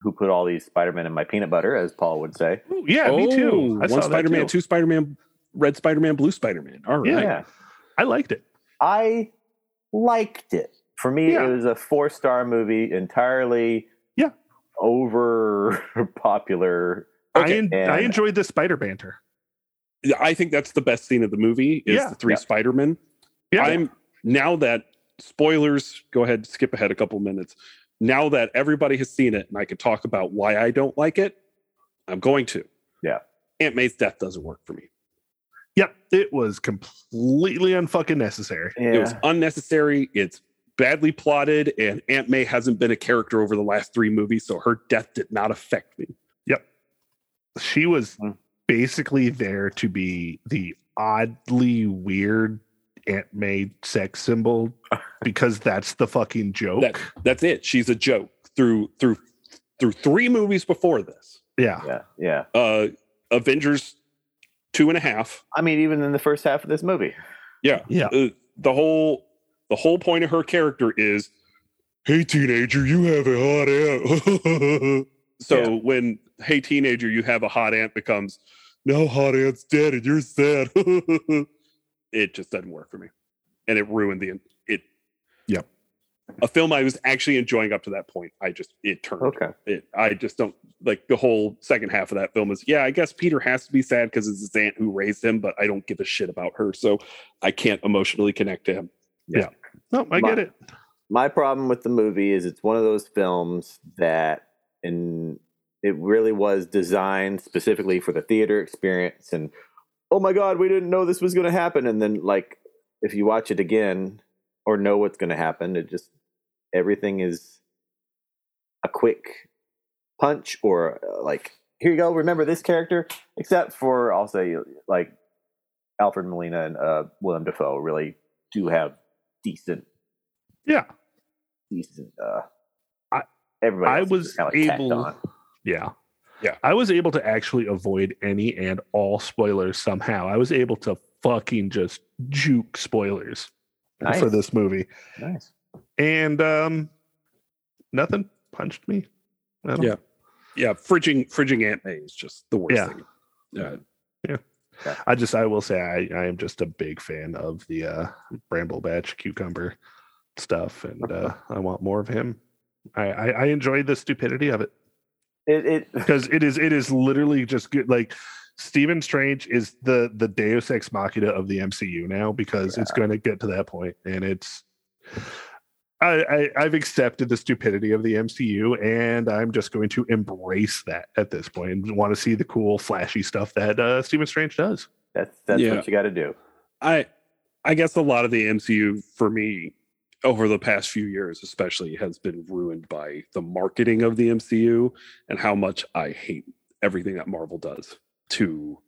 who put all these Spider Men in my peanut butter, as Paul would say.
Ooh, yeah, me too. I
Oh, one
saw
Spider Man,
that too.
two Spider Man, Red Spider Man, Blue Spider Man. All right.
Yeah.
Yeah,
I liked it.
I liked it. For me,
Yeah.
it was a four star movie, entirely
Yeah.
over popular.
Okay,
I, en- I
and-
enjoyed the spider banter.
Yeah, I think that's the best scene of the movie is
Yeah.
the three
Yeah.
Spider Men.
Yeah,
I'm now that spoilers, go ahead, skip ahead a couple minutes. Now that everybody has seen it and I can talk about why I don't like it, I'm going to.
Yeah.
Aunt May's death doesn't work for me.
Yep, it was completely unfucking necessary.
Yeah,
It was unnecessary. It's badly plotted, and Aunt May hasn't been a character over the last three movies, so her death did not affect me.
She was
Mm.
basically there to be the oddly weird Aunt May sex symbol because that's the fucking joke.
That- that's it. She's a joke through through through three movies before this.
yeah.
yeah, yeah.
Uh Avengers two and a half.
I mean, even in the first half of this movie,
Yeah.
Yeah.
Uh, the whole the whole point of her character is hey teenager, you have a hot aunt. so
Yeah.
when hey teenager, you have a hot aunt becomes now hot aunt's dead and you're sad. it just doesn't work for me. And it ruined the it
Yep.
a film I was actually enjoying up to that point. I just it turned.
Okay.
It, I just don't like the whole second half of that film is yeah. I guess Peter has to be sad because it's his aunt who raised him, but I don't give a shit about her, so I can't emotionally connect to him.
No, I get it.
my problem with the movie is it's one of those films that and it really was designed specifically for the theater experience and oh my god we didn't know this was going to happen and then like if you watch it again or know what's going to happen it just everything is a quick punch or uh, like here you go remember this character except for i'll say like alfred molina and uh, willem dafoe really do have decent
Yeah.
decent. Uh,
I-
everybody
I
else
was
kinda tacked
able.
on.
Yeah.
Yeah.
I was able to actually avoid any and all spoilers somehow. I was able to fucking just juke spoilers
Nice.
for this movie.
Nice.
And um nothing punched me. I don't-
Yeah. Yeah, fridging fridging Aunt May is just the worst
Yeah.
thing. Yeah.
I just I will say I, I am just a big fan of the uh bramble batch cucumber stuff and uh I want more of him. I I, I enjoy the stupidity of it.
It, it
because it is it is literally just good like Stephen Strange is the the Deus ex machina of the MCU now because it's going to get to that point, and it's I, I I've accepted the stupidity of the MCU, and I'm just going to embrace that at this point and want to see the cool flashy stuff that uh, Stephen Strange does.
that's that's
Yeah.
what you got to do.
I I guess a lot of the MCU for me over the past few years especially has been ruined by the marketing of the MCU and how much I hate everything that Marvel does to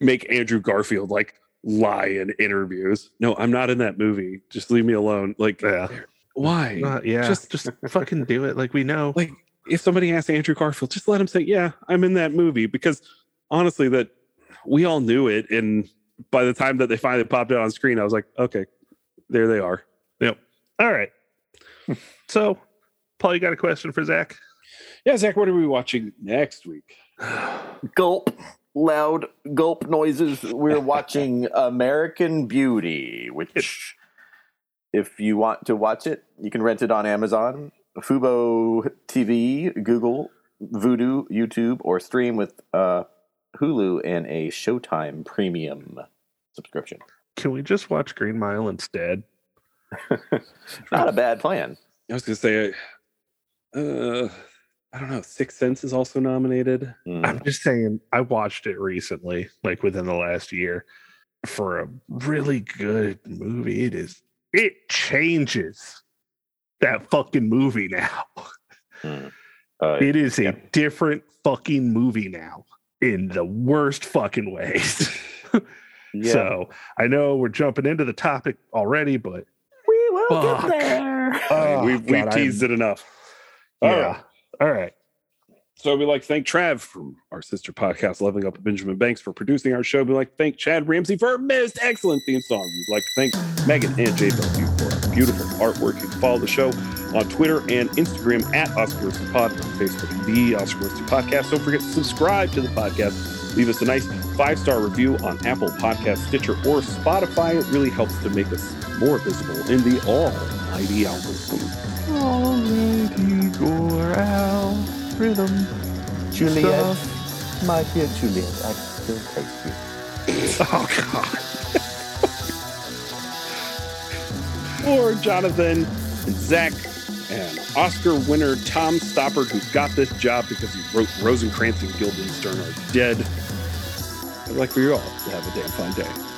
make Andrew Garfield like lie in interviews. No, I'm not in that movie. Just leave me alone. Like
Yeah,
why?
yeah,
Just-
just just fucking do it. Like we know,
like if somebody asks Andrew Garfield, just let him say, "Yeah, I'm in that movie," because honestly, that we all knew it, and by the time that they finally popped it on screen, I was like, "Okay, there they are."
all right. so, Paul, you got a question for Zach?
Yeah, Zach, what are we watching next week?
Gulp, loud gulp noises. We're watching American Beauty, which, if you want to watch it, you can rent it on Amazon, Fubo TV, Google, Vudu, YouTube, or stream with uh, Hulu and a Showtime Premium subscription.
Can we just watch Green Mile instead?
Not a bad plan.
I was gonna say, uh, I don't know. Sixth Sense is also nominated.
Hmm.
I'm just saying, I watched it recently, like within the last year, for a really good movie. It is, it changes that fucking movie now.
Uh,
It is
yeah.
a different fucking movie now in the worst fucking ways.
yeah.
So I know we're jumping into the topic already, but
We will
Fuck.
get there.
I
oh,
mean, we've,
God,
we've
I'm-
teased it enough.
Yeah.
All right.
All right.
So we'd like to thank Trav from our sister podcast, Leveling Up with Benjamin Banks, for producing our show. We'd like to thank Chad Ramsey for his excellent theme song. We'd like to thank Megan and JW for our beautiful artwork. You can follow the show on Twitter and Instagram at Oscar Wilson Pod, on Facebook, The Oscar Wilson Podcast. Don't forget to subscribe to the podcast. Leave us a nice five star review on Apple Podcasts, Stitcher, or Spotify. It really helps to make us more visible in the almighty algorithm.
Juliet, my dear Juliet, I still hate you.
Oh God.
for Jonathan and Zach and Oscar winner Tom Stoppard, who got this job because he wrote Rosencrantz and Guildenstern are dead. I'd like for you all to have a damn fine day.